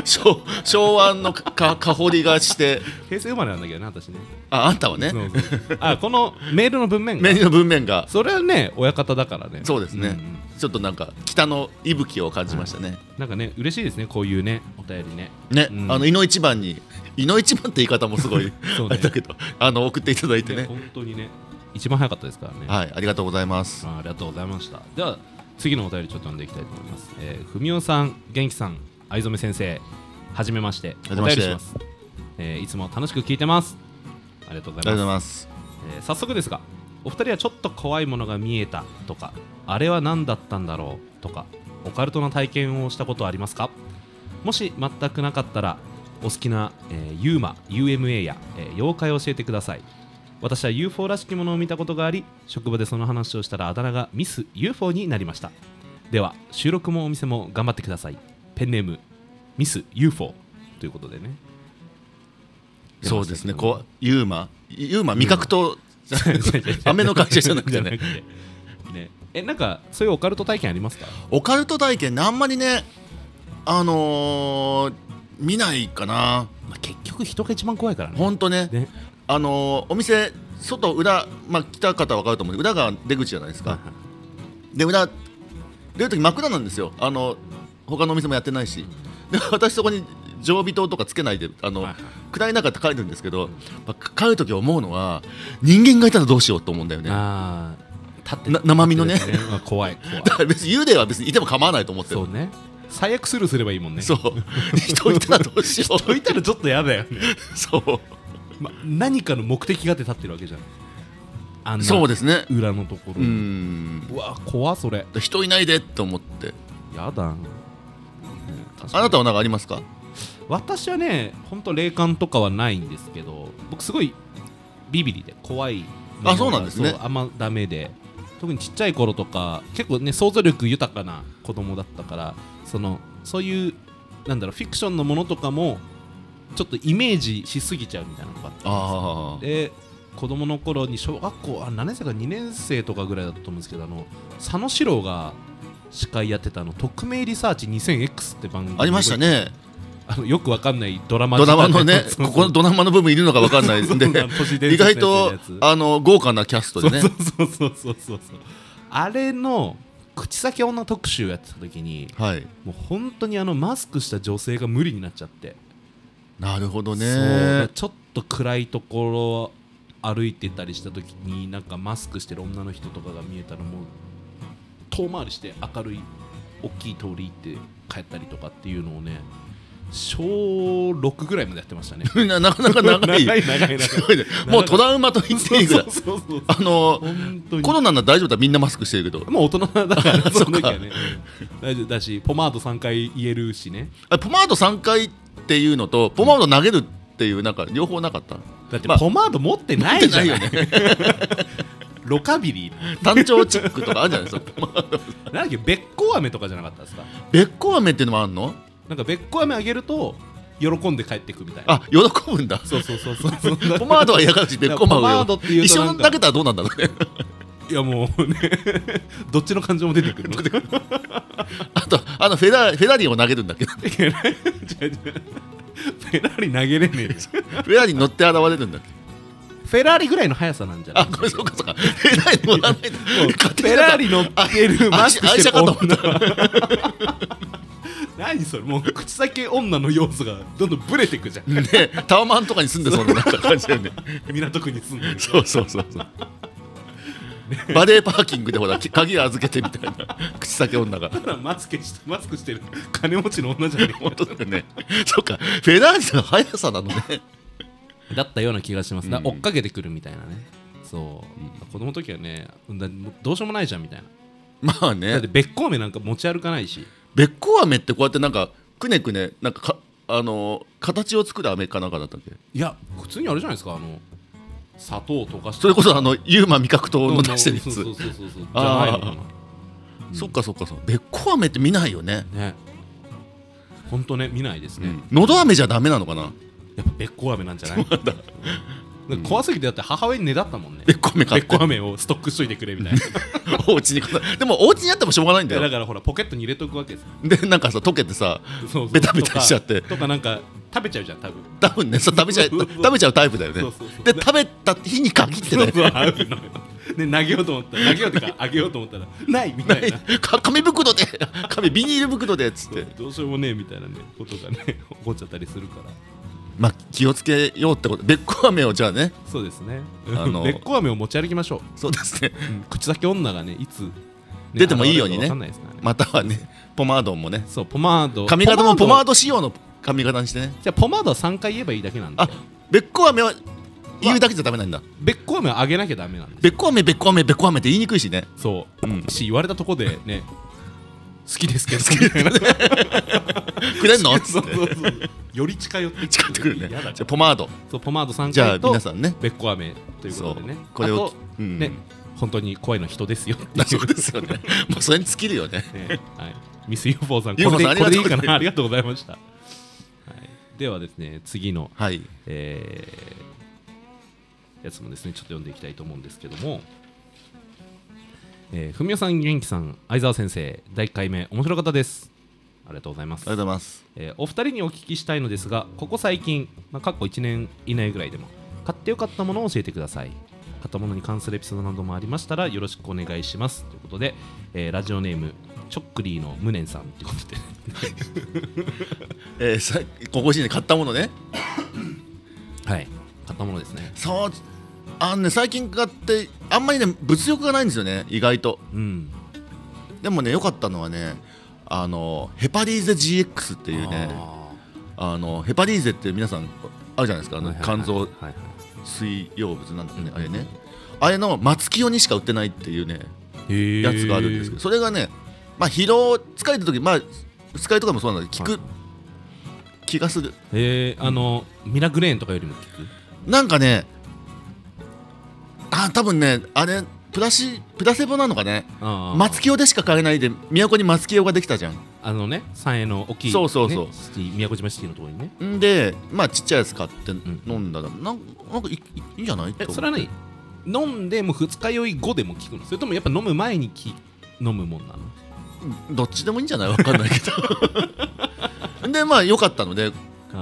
Speaker 2: 昭昭和のか香りがして
Speaker 1: 平成生まれなんだけどね私ね
Speaker 2: ああんたはね
Speaker 1: そうそうあこのメールの文面が
Speaker 2: メニューの文面が
Speaker 1: それはね親方だからね
Speaker 2: そうですね、
Speaker 1: んん
Speaker 2: ちょっとなんか北の息吹を感じましたね、
Speaker 1: なんかね嬉しいですねこういうねお便りね
Speaker 2: ね、
Speaker 1: うん
Speaker 2: あの井の一番 に井の一番って言い方もすごい
Speaker 1: そう
Speaker 2: あ
Speaker 1: ね
Speaker 2: れだけどあの送っていただいてね
Speaker 1: ね本当にね一番早かったですからね
Speaker 2: はいありがとうございます
Speaker 1: あありがとうございましたでは次のお便りちょっと読んでいきたいと思いますえーふみおさん元気さん藍染先生はじめまして
Speaker 2: はじめまして
Speaker 1: お便ります、えーいつも楽しく聞いてますありがとうご
Speaker 2: あり
Speaker 1: ざ
Speaker 2: がと
Speaker 1: い
Speaker 2: うござ
Speaker 1: ま
Speaker 2: い
Speaker 1: す
Speaker 2: ます
Speaker 1: えー早速ですがお二人はちょっと怖いものが見えたとかあれは何だったんだろうとかオカルトな体験をしたことはありますかもし全くなかったらお好きな、えー、ユーマ UMA や、えー妖怪を教えてください私は UFO らしきものを見たことがあり職場でその話をしたらあだ名がミス UFO になりましたでは収録もお店も頑張ってくださいペンネームミス UFO ということでね
Speaker 2: そうですねこうユーマユーマ味覚と 飴の会社じゃなくてね
Speaker 1: ねえなんかそういうオカルト体験ありますか
Speaker 2: オカルト体験ねあんまりねあのー見ないかな
Speaker 1: まあ、結局人が一番怖いからね。
Speaker 2: ほんとね
Speaker 1: ね
Speaker 2: あのーお店外裏まあ来た方は分かると思うんで裏が出口じゃないですかで裏出る時真っ暗なんですよあの他のお店もやってないしで 私そこに常備灯とかつけないであの、
Speaker 1: はいはい
Speaker 2: 暗い中って帰るんですけど、まあ帰る時思うのは人間がいたらどうしようと思うんだよねだ
Speaker 1: ああ、立って
Speaker 2: な生身のね
Speaker 1: 立ってですまあ怖い、怖い。
Speaker 2: から別に幽霊は別にいても構わないと思ってる
Speaker 1: そうね。最悪スルーすればいいもんね。
Speaker 2: そう 人いたらどうしよう
Speaker 1: 人いたらちょっとやだよね。
Speaker 2: そう
Speaker 1: ま、何かの目的があって立ってるわけじゃん。あんな
Speaker 2: そうですね
Speaker 1: 裏のところ
Speaker 2: う
Speaker 1: に。
Speaker 2: ん
Speaker 1: うわ、怖それ。
Speaker 2: 人いないでと思って
Speaker 1: やだ。ね確か
Speaker 2: あ
Speaker 1: に
Speaker 2: なたは何かありますか
Speaker 1: 私はね、本当霊感とかはないんですけど、僕すごいビビリで怖いものが。
Speaker 2: あそうなんですね
Speaker 1: そうあんまダメで、特にちっちゃい頃とか、結構ね想像力豊かな子供だったから、そのそういうなんだろうフィクションのものとかもちょっとイメージしすぎちゃうみたいなのがあったんですよ
Speaker 2: あー
Speaker 1: で子供の頃に小学校あ何年生か2年生とかぐらいだったと思うんですけどあの佐野史郎が司会やってたあの匿名リサーチ 2000X って番組
Speaker 2: ありましたね
Speaker 1: あのよくわかんないドラマ
Speaker 2: ドラマのね
Speaker 1: そうそう
Speaker 2: ここのドラマの部分いるのか分かんないです
Speaker 1: そうな
Speaker 2: ね
Speaker 1: の都市伝説
Speaker 2: 意外と
Speaker 1: みたいなや
Speaker 2: あの豪華なキャストでね
Speaker 1: つそうそうそうそうそうそうあれの口先女特集やってた時に
Speaker 2: はい
Speaker 1: もう本当にあのマスクした女性が無理になっちゃって
Speaker 2: なるほど
Speaker 1: そう
Speaker 2: ね
Speaker 1: ちょっと暗いところを歩いてたりした時になんかマスクしてる女の人とかが見えたらもう遠回りして明るい大きい通り行って帰ったりとかっていうのをね小6ぐらいまでやってましたね
Speaker 2: な なかなか長い
Speaker 1: 長い長い
Speaker 2: すごいねもうトラウマと言っていいぐらい
Speaker 1: そうそうそうそう
Speaker 2: あの
Speaker 1: 本当に
Speaker 2: コロナなら大丈夫だみんなマスクしてるけど
Speaker 1: もう大人だから
Speaker 2: そうか
Speaker 1: その時はねうん大丈夫だしポマード3回言えるしね
Speaker 2: あポマード3回っていうのとポマード投げるっていうなんか両方なかった
Speaker 1: だって
Speaker 2: まあ
Speaker 1: ポマード持ってないじゃない,、
Speaker 2: 持ってないよね
Speaker 1: ロカビリー
Speaker 2: 単調チックとかあるじゃないですか
Speaker 1: なんだっけべっこう飴とかじゃなかったですか
Speaker 2: べっこ飴っていうのもあるの
Speaker 1: なんかべっこ飴あげると喜んで帰ってくみたいな
Speaker 2: あ喜ぶんだ
Speaker 1: そうそうそうそうそんな
Speaker 2: ポマードは嫌がるしべっこ
Speaker 1: ポマ
Speaker 2: 飴
Speaker 1: ード
Speaker 2: を
Speaker 1: っていうと
Speaker 2: 一緒
Speaker 1: な
Speaker 2: の
Speaker 1: んか
Speaker 2: 投げたらどうなんだろうね
Speaker 1: いやもうね どっちの感情も出てくる
Speaker 2: あとあのフェラフェラーリを投げるんだ けどフ
Speaker 1: いや違う違う フェラーリ投げれねえじゃん
Speaker 2: ェラーリに乗って現れるんだっけ
Speaker 1: フェラーリぐらいの速さなんじゃない
Speaker 2: あごめんそうかそうかフェラーリ乗らないと
Speaker 1: もう
Speaker 2: 勝
Speaker 1: フ
Speaker 2: 手に
Speaker 1: ェ
Speaker 2: なんか
Speaker 1: ラーリ乗ってるマスクしてる
Speaker 2: 愛車かと
Speaker 1: 女は 何それもう口先女の要素がどんどんブレてくじゃん
Speaker 2: ねタワマンとかに住んでそうななんか感じだよね
Speaker 1: 港区に住んでる
Speaker 2: そうそうそうそう。バレーパーキングでほらき鍵預けてみたいな口先女が。
Speaker 1: ただマスクしてマスクしてる金持ちの女じゃねえ
Speaker 2: 本当だよね。そうかフェラーリの速さなのね。
Speaker 1: だったような気がします、だから
Speaker 2: うん
Speaker 1: 追っかけてくるみたいなねそう、子供の時はねだもうどうしようもないじゃんみたいな
Speaker 2: まあ
Speaker 1: だっ
Speaker 2: ね
Speaker 1: て。べっこうめなんか持ち歩かないし
Speaker 2: べっこう飴ってこうやってなんかくねくねなんかかあのー形を作る飴かなんかだったっけ。
Speaker 1: いや普通にあれじゃないですかあの砂糖を溶かして
Speaker 2: それこそあのユーマ味覚糖の出してるや
Speaker 1: そうそう
Speaker 2: つ。
Speaker 1: そうそうそうじゃない
Speaker 2: あー
Speaker 1: のか
Speaker 2: そっかそっかそう。べっこう飴って見ないよね。
Speaker 1: なねほんとね見ないですね、
Speaker 2: のど飴じゃダメなのかな。
Speaker 1: やっぱべっこう飴なんじゃないだから怖すぎてだって母親にねだったもんね
Speaker 2: べっこう
Speaker 1: べ
Speaker 2: 飴買っ
Speaker 1: っこう
Speaker 2: て
Speaker 1: 飴をストックしといてくれみたいな
Speaker 2: お家に飾るでもお家にあってもしょうがないんだ
Speaker 1: でだ
Speaker 2: よ。
Speaker 1: からほらポケットに入れとくわけです
Speaker 2: でなんかさ溶けてさ
Speaker 1: そうそう
Speaker 2: ベタベタしちゃっ
Speaker 1: と
Speaker 2: て
Speaker 1: かとかなんか食べちゃうじゃん 多分
Speaker 2: 多分ねそう食べちゃう
Speaker 1: そうそうそう
Speaker 2: 食べちゃうタイプだよね
Speaker 1: そうそうそう
Speaker 2: で食べた日に限って
Speaker 1: そ
Speaker 2: ね
Speaker 1: うそう合うのよで投げようと思ったら投げようとかあげようと思ったら ないみたいな
Speaker 2: か紙袋で紙ビニール袋でっつって
Speaker 1: どうしようもねえみたいなねことがね 起こっちゃったりするから
Speaker 2: まあ気をつけようってことべっこ飴をじゃあね
Speaker 1: そうですね
Speaker 2: あ の
Speaker 1: べっこ飴を持ち歩きましょ
Speaker 2: そうですね
Speaker 1: う、うん口先女がねいつ、ね
Speaker 2: 出てもいいようにね
Speaker 1: 現れるかわかんないですからね
Speaker 2: またはねポマードもね
Speaker 1: そうポマード
Speaker 2: 髪型もポマー
Speaker 1: ド
Speaker 2: ド仕様の髪型にしてね
Speaker 1: じゃあポマードは3回言えばいいだけなんで
Speaker 2: あべっこ飴は言うだけじゃダメなんだ
Speaker 1: べっこ飴をあげなきゃダメなんです
Speaker 2: べっこ飴べっこ飴べっこ飴って言いにくいしね
Speaker 1: そう、
Speaker 2: うん
Speaker 1: し言われたとこでね好きですけどみたいな
Speaker 2: くれんのっつ
Speaker 1: そ
Speaker 2: っ
Speaker 1: う
Speaker 2: て
Speaker 1: そうそうより近寄って
Speaker 2: 誓ってくるね
Speaker 1: 嫌だ
Speaker 2: じゃあポマード
Speaker 1: そうポマード3回と
Speaker 2: じゃあ皆さんね
Speaker 1: べっこ飴ということでね
Speaker 2: そうこれを
Speaker 1: あと、
Speaker 2: うん
Speaker 1: ね本当に怖いの人ですよってい
Speaker 2: そうですよねもうそれに尽きるよね
Speaker 1: ねはい、ミス UFO さん
Speaker 2: UFO
Speaker 1: これ
Speaker 2: さん
Speaker 1: でこれでいい
Speaker 2: あ
Speaker 1: か
Speaker 2: りがとう
Speaker 1: なありがとうございました、はい、ではですね次の、
Speaker 2: はい
Speaker 1: えーやつもですねちょっと読んでいきたいと思うんですけども、えー、文雄さん元気さん相沢先生第1回目面白かったですありがとうございます
Speaker 2: りがとうございます
Speaker 1: えーお二人にお聞きしたいのですがここ最近、まあ、過去1年以内ぐらいでも買ってよかったものを教えてください買ったものに関するエピソードなどもありましたらよろしくお願いしますということで、えーラジオネームチョックリーの無念さんってことで
Speaker 2: えー、さここ1年買ったものね
Speaker 1: はい買ったものですね
Speaker 2: そうあのね最近買ってあんまりね物欲がないんですよね意外と
Speaker 1: うん
Speaker 2: でもね良かったのはねあのヘパリーゼ GX っていうね
Speaker 1: あ
Speaker 2: あのヘパリーゼって皆さんあるじゃないですかあ
Speaker 1: ー
Speaker 2: の
Speaker 1: はいはいはい
Speaker 2: 肝臓
Speaker 1: はいはい
Speaker 2: 水溶物なんだね、
Speaker 1: うん
Speaker 2: あれねあれの松清にしか売ってないっていうね
Speaker 1: へー
Speaker 2: やつがあるんですけどそれがね、まあ、疲労疲れた時まあ疲れとかもそうなんだけ
Speaker 1: は
Speaker 2: ど
Speaker 1: い
Speaker 2: 効く気がする
Speaker 1: えーあのミラグレーンとかよりも効く
Speaker 2: なんかねあ多分ねあれプラシプラセボなのかね
Speaker 1: あー
Speaker 2: 松清でしか買えないで都に松清ができたじゃん
Speaker 1: あのね三重の大きい、ね、
Speaker 2: そうそうそう
Speaker 1: シティ宮古島シティのところにね
Speaker 2: んでまあちっちゃいやつ買って
Speaker 1: ん
Speaker 2: 飲んだら、なんなんかいいいんじゃない
Speaker 1: え
Speaker 2: と
Speaker 1: それは何飲んでも二日酔い後でも効くのそれともやっぱ飲む前にき飲むもんなの
Speaker 2: どっちでもいいんじゃないわかんないけど でまあ良かったので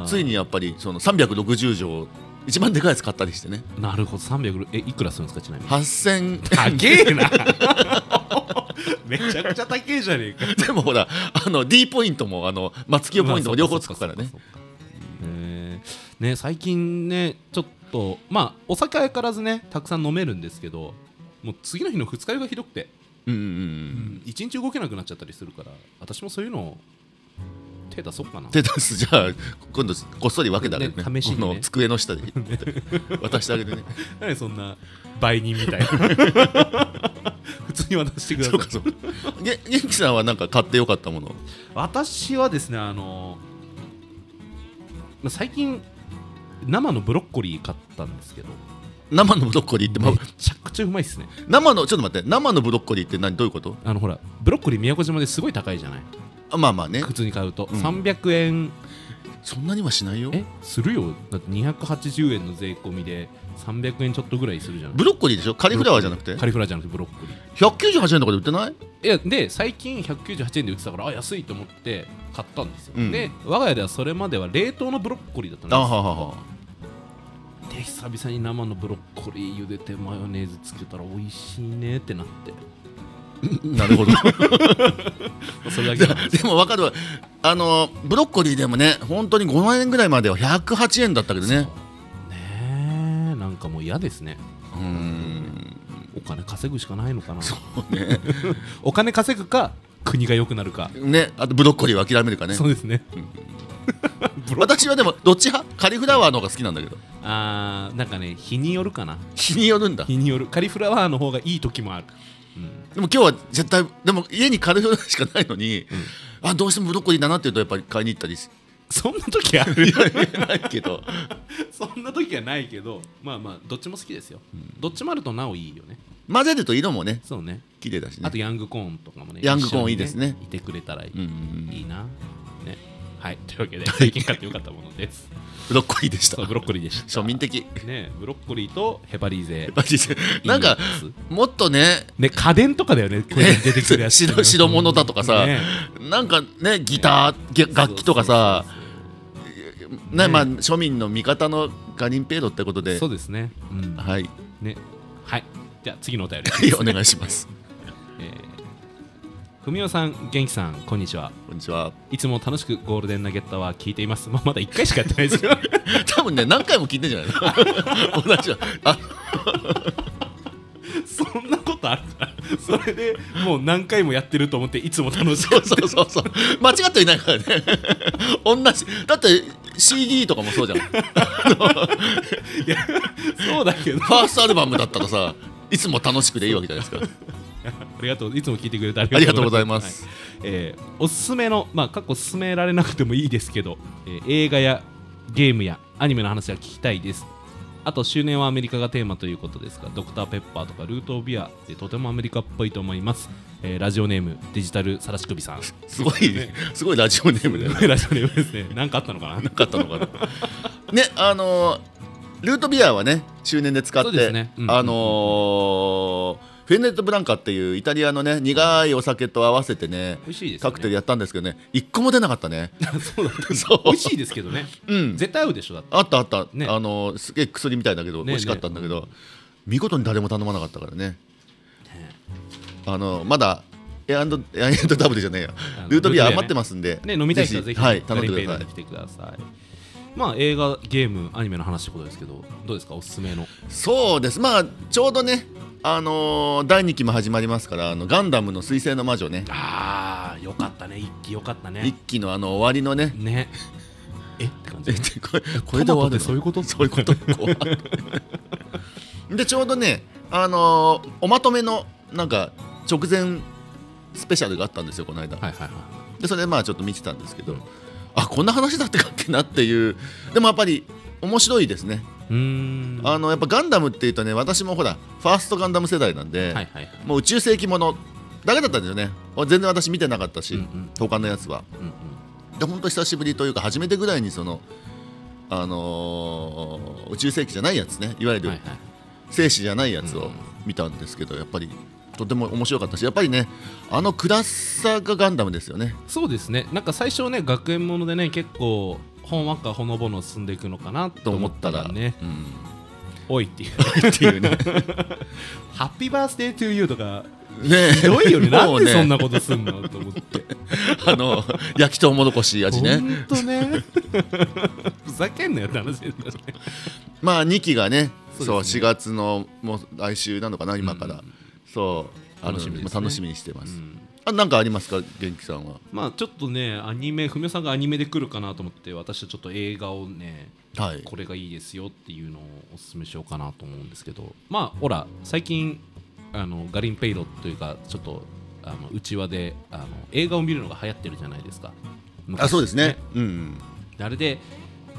Speaker 2: ついにやっぱりその360錠一番でかいやつ買ったりしてね
Speaker 1: なるほど300えいくらするんですかちなみに
Speaker 2: 8000
Speaker 1: 高えな めちゃくちゃ高えじゃねえか
Speaker 2: でもほらあの D ポイントもあの松清ポイントも両方つくから
Speaker 1: ま
Speaker 2: ね
Speaker 1: あそっそっかそっかへえね最近ねちょっとまあお酒は相変わらずねたくさん飲めるんですけどもう次の日の二日酔いがひどくて
Speaker 2: うんうんうん
Speaker 1: 一日動けなくなっちゃったりするから私もそういうのを手出そうかな
Speaker 2: 手出すじゃあ今度こっそり分けたらね
Speaker 1: ね試しに ね
Speaker 2: あの机の下で渡して あげてね
Speaker 1: 何そんな売人みたい な普通に渡してくだ
Speaker 2: そう
Speaker 1: さ
Speaker 2: か
Speaker 1: い
Speaker 2: そうかげ元気さんはなんか買ってよかったもの
Speaker 1: 私はですねあのまあ最近生のブロッコリー買ったんですけど
Speaker 2: 生のブロッコリーって、ま
Speaker 1: めちゃくちゃうまいっすね
Speaker 2: 生のちょっと待って生のブロッコリーって何どういうこと
Speaker 1: あのほらブロッコリー宮古島ですごい高いじゃない
Speaker 2: あまあまあね
Speaker 1: 普通に買うと、
Speaker 2: うん
Speaker 1: 300円
Speaker 2: そんなにはしないよ
Speaker 1: えするよだって280円の税込みで300円ちょっとぐらいするじゃない
Speaker 2: ブロッコリーでしょカリフラワーじゃなくて
Speaker 1: カリフラワーじゃなくてブロッコリー
Speaker 2: 198円とかで売ってない
Speaker 1: いやで最近198円で売ってたからあ安いと思って買ったんですよ、
Speaker 2: うん
Speaker 1: で我が家ではそれまでは冷凍のブロッコリーだった
Speaker 2: あ
Speaker 1: ん
Speaker 2: ははは
Speaker 1: ですで久々に生のブロッコリー茹でてマヨネーズつけたら美味しいねってな って
Speaker 2: な るほど
Speaker 1: それだけなんです
Speaker 2: でも分かるわあのブロッコリーでもね本当に5万円ぐらいまでは108円だったけどね
Speaker 1: ねえなんかもう嫌ですね
Speaker 2: うーん
Speaker 1: お金稼ぐしかないのかな
Speaker 2: そうね
Speaker 1: お金稼ぐか国が良くなるか、
Speaker 2: ねあとブロッコリーは諦めるかね
Speaker 1: そうですね
Speaker 2: 私はでもどっち派カリフラワーの方が好きなんだけど
Speaker 1: あーなんかね日によるかな
Speaker 2: 日によるんだ
Speaker 1: 日によるカリフラワーの方がいい時もある、
Speaker 2: でも今日は絶対でも家にカリフラワーしかないのに、あどうしてもブロッコリーだなっていうとやっぱり買いに行ったりし
Speaker 1: そんな時ある
Speaker 2: ないけど
Speaker 1: そんな時はないけどまあまあどっちも好きですよ、どっちもあるとなおいいよね
Speaker 2: 混ぜると色もね
Speaker 1: そうね
Speaker 2: 綺麗だしね
Speaker 1: あとヤングコーンとかもね
Speaker 2: ヤングコーン
Speaker 1: 一緒に
Speaker 2: いいですね
Speaker 1: いてくれたらいい,、
Speaker 2: うんうんうん
Speaker 1: なねはいというわけで最近買ってよかったものです
Speaker 2: ブロッコリーでした
Speaker 1: そうブロッコリーでした
Speaker 2: 庶民的
Speaker 1: ねブロッコリーとヘパリーゼ
Speaker 2: マジでなんか
Speaker 1: いいや
Speaker 2: もっとね
Speaker 1: つね家電とかだ よねこれ
Speaker 2: ね
Speaker 1: 出てくるやつ
Speaker 2: 白白物だとかさ、
Speaker 1: ね
Speaker 2: なんかねギター、げ楽器とかさ
Speaker 1: そうそうそうそう
Speaker 2: ねまあ、庶民の味方のガニンペイドってことで
Speaker 1: そうですね。うん、
Speaker 2: はい、
Speaker 1: ね。はい。じゃあ次のお便り。
Speaker 2: はい、お願いします
Speaker 1: えー、文雄さん、元気さん、こんにちは。
Speaker 2: こんにちはい
Speaker 1: つも楽しくゴールデンナゲッタは聞いています。まあ、まだ1回しかやってないですけど。
Speaker 2: 多分ね何回も聞いてんじゃないの 同じはあ
Speaker 1: そんなことあるから。それでもう何回もやってると思って、いつも楽しく
Speaker 2: そうそうそうそう間違っていないからね同じだって CD とかもそうじゃんフ
Speaker 1: いやそうだけど。
Speaker 2: ァーストアルバムだったらさいつも楽しくでいいわけじゃないですか
Speaker 1: ありがとう。いつも聞いてくれてあ
Speaker 2: あ
Speaker 1: り
Speaker 2: り
Speaker 1: が
Speaker 2: が
Speaker 1: と
Speaker 2: と
Speaker 1: うご
Speaker 2: うご
Speaker 1: ざ
Speaker 2: ざ
Speaker 1: い
Speaker 2: い
Speaker 1: ま。
Speaker 2: ますす
Speaker 1: えーおすすめの、まあ、過去勧められなくてもいいですけど、えー映画やゲームやアニメの話は聞きたいですあと周年はアメリカがテーマということですがドクターペッパーとかルートオブビアってとてもアメリカっぽいと思います、えーラジオネームデジタルさらし首 さん
Speaker 2: すごい、すごいラジオネームだよね
Speaker 1: ラジオネームですね何かあったのかな
Speaker 2: なかったのかな。ね、あのールートビアはね中年で使っ
Speaker 1: そうで
Speaker 2: て、
Speaker 1: すねうん
Speaker 2: あのーフェンネットブランカっていうイタリアのね苦いお酒と合わせてね
Speaker 1: 美味しいですよね
Speaker 2: カクテルやったんですけどね一個も出なかったね
Speaker 1: そうだった
Speaker 2: そう
Speaker 1: 美味しいですけど ね、
Speaker 2: うん
Speaker 1: 絶対合うでしょだって
Speaker 2: あったあった、
Speaker 1: ね
Speaker 2: あのーすげえ薬みたいだけど、
Speaker 1: ね
Speaker 2: 美味しかったんだけど、見事に誰も頼まなかったからねあのまだ A&W じゃねえや
Speaker 1: あの
Speaker 2: ルー
Speaker 1: ルー
Speaker 2: トビア
Speaker 1: トビアね
Speaker 2: 余ってますんで、
Speaker 1: ね、飲みたい人はぜひ、
Speaker 2: はい、頼んでく
Speaker 1: ガ
Speaker 2: だ
Speaker 1: リ
Speaker 2: さ
Speaker 1: ベール
Speaker 2: い
Speaker 1: に来てください。まあ映画、ゲーム、アニメの話ってことですけど、どうですか、おすすめの。
Speaker 2: そうですまあちょうどねあのー第2期も始まりますからあのガンダムの彗星の魔女ね
Speaker 1: ああ、よかったね、一気よかった
Speaker 2: 一。期のあの終わりのね
Speaker 1: ね。えって感
Speaker 2: え
Speaker 1: じ。
Speaker 2: これこ
Speaker 1: こ
Speaker 2: れ
Speaker 1: れ
Speaker 2: で
Speaker 1: で
Speaker 2: 終わ
Speaker 1: 終
Speaker 2: る
Speaker 1: わ
Speaker 2: の
Speaker 1: っそういうこと
Speaker 2: そういうこと怖いでちょうどねあのーおまとめのなんか直前スペシャルがあったんですよこの間、
Speaker 1: はいはいは
Speaker 2: でそれでまあちょっと見てたんですけど、あこんな話だったかっけなっていうでもやっぱり面白いですね、
Speaker 1: い。うーん。
Speaker 2: あのやっぱガンダムっていうとね私もほらファーストガンダム世代なんで、
Speaker 1: はいはいはい。
Speaker 2: もう宇宙世紀ものだけだったんですよね全然私見てなかったし、
Speaker 1: うんうん
Speaker 2: 他のやつは
Speaker 1: うんうん。
Speaker 2: で本当久しぶりというか初めてぐらいにそのあのー宇宙世紀じゃないやつねいわ
Speaker 1: は
Speaker 2: ゆ
Speaker 1: いは
Speaker 2: る
Speaker 1: い。
Speaker 2: 生死じゃないやつを見たんですけど、やっぱりとても面白かったしやっぱりねあの暗さがガンダムですよね
Speaker 1: そうですね、なんか最初ね、学園ものでね、結構。ほんわかほのぼの進んでいくのかな
Speaker 2: と
Speaker 1: と
Speaker 2: 思
Speaker 1: 思
Speaker 2: っ
Speaker 1: ったた
Speaker 2: ら
Speaker 1: らね、
Speaker 2: うん、
Speaker 1: おいって いう、
Speaker 2: っていうね ね
Speaker 1: ハッピーバースデートゥーユーとか、
Speaker 2: え
Speaker 1: ひどいよね、なん
Speaker 2: もう
Speaker 1: でそんなことすんのと思って、
Speaker 2: あの焼きとうもろこし味ね
Speaker 1: ほんとね。 ふざけんなよって話ですよね。
Speaker 2: まあ2期がねそう
Speaker 1: そうです
Speaker 2: 4
Speaker 1: ね
Speaker 2: 月のもう来週なのかな今から、そうある
Speaker 1: 楽
Speaker 2: の
Speaker 1: しみですね
Speaker 2: まあ楽しみにしてます、
Speaker 1: ん
Speaker 2: あなんかありますか元気さんは
Speaker 1: まあちょっとね、アニメ、ふみおさんがアニメで来るかなと思って、私はちょっと映画をね、
Speaker 2: はい
Speaker 1: これがいいですよっていうのをお勧めしようかなと思うんですけど、まあほら、最近、あのガリンペイドというか、ちょっとあの内輪であの映画を見るのが流行ってるじゃないですか。
Speaker 2: あ
Speaker 1: 昔
Speaker 2: そうですねうんうん
Speaker 1: であれで、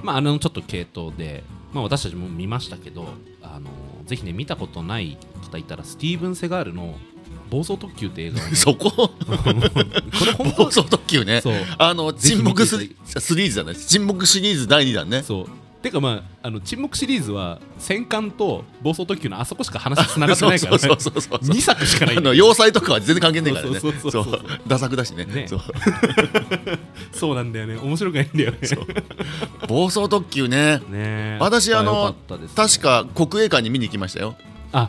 Speaker 1: まあ、あのちょっと系統で、まあ、私たちも見ましたけどあのぜひね見たことない方いたらスティーブン・セガールの「暴走特急」って映画を
Speaker 2: そこ
Speaker 1: これ本
Speaker 2: 放
Speaker 1: 当
Speaker 2: 送特急ね
Speaker 1: そう
Speaker 2: あの
Speaker 1: ぜひ
Speaker 2: 沈
Speaker 1: 見
Speaker 2: 黙
Speaker 1: て
Speaker 2: スリシリーズじゃない沈黙シリーズ第2弾ね
Speaker 1: そうてかまああの沈黙シリーズは戦艦と暴走特急のあそこしか話つながってないから、ね、
Speaker 2: そうそうそうそう
Speaker 1: 2作しかない
Speaker 2: あ
Speaker 1: んだ
Speaker 2: の
Speaker 1: よ
Speaker 2: 要塞とかは全然関係ないからね
Speaker 1: そうそうそうそう
Speaker 2: そうダサくだしね
Speaker 1: ね
Speaker 2: そう
Speaker 1: そうなんだよね面白くないんだよね
Speaker 2: 暴走特急ね
Speaker 1: ねえ
Speaker 2: 私あ
Speaker 1: よ
Speaker 2: の
Speaker 1: かったですね
Speaker 2: 確か国営館に見に行きましたよ
Speaker 1: あ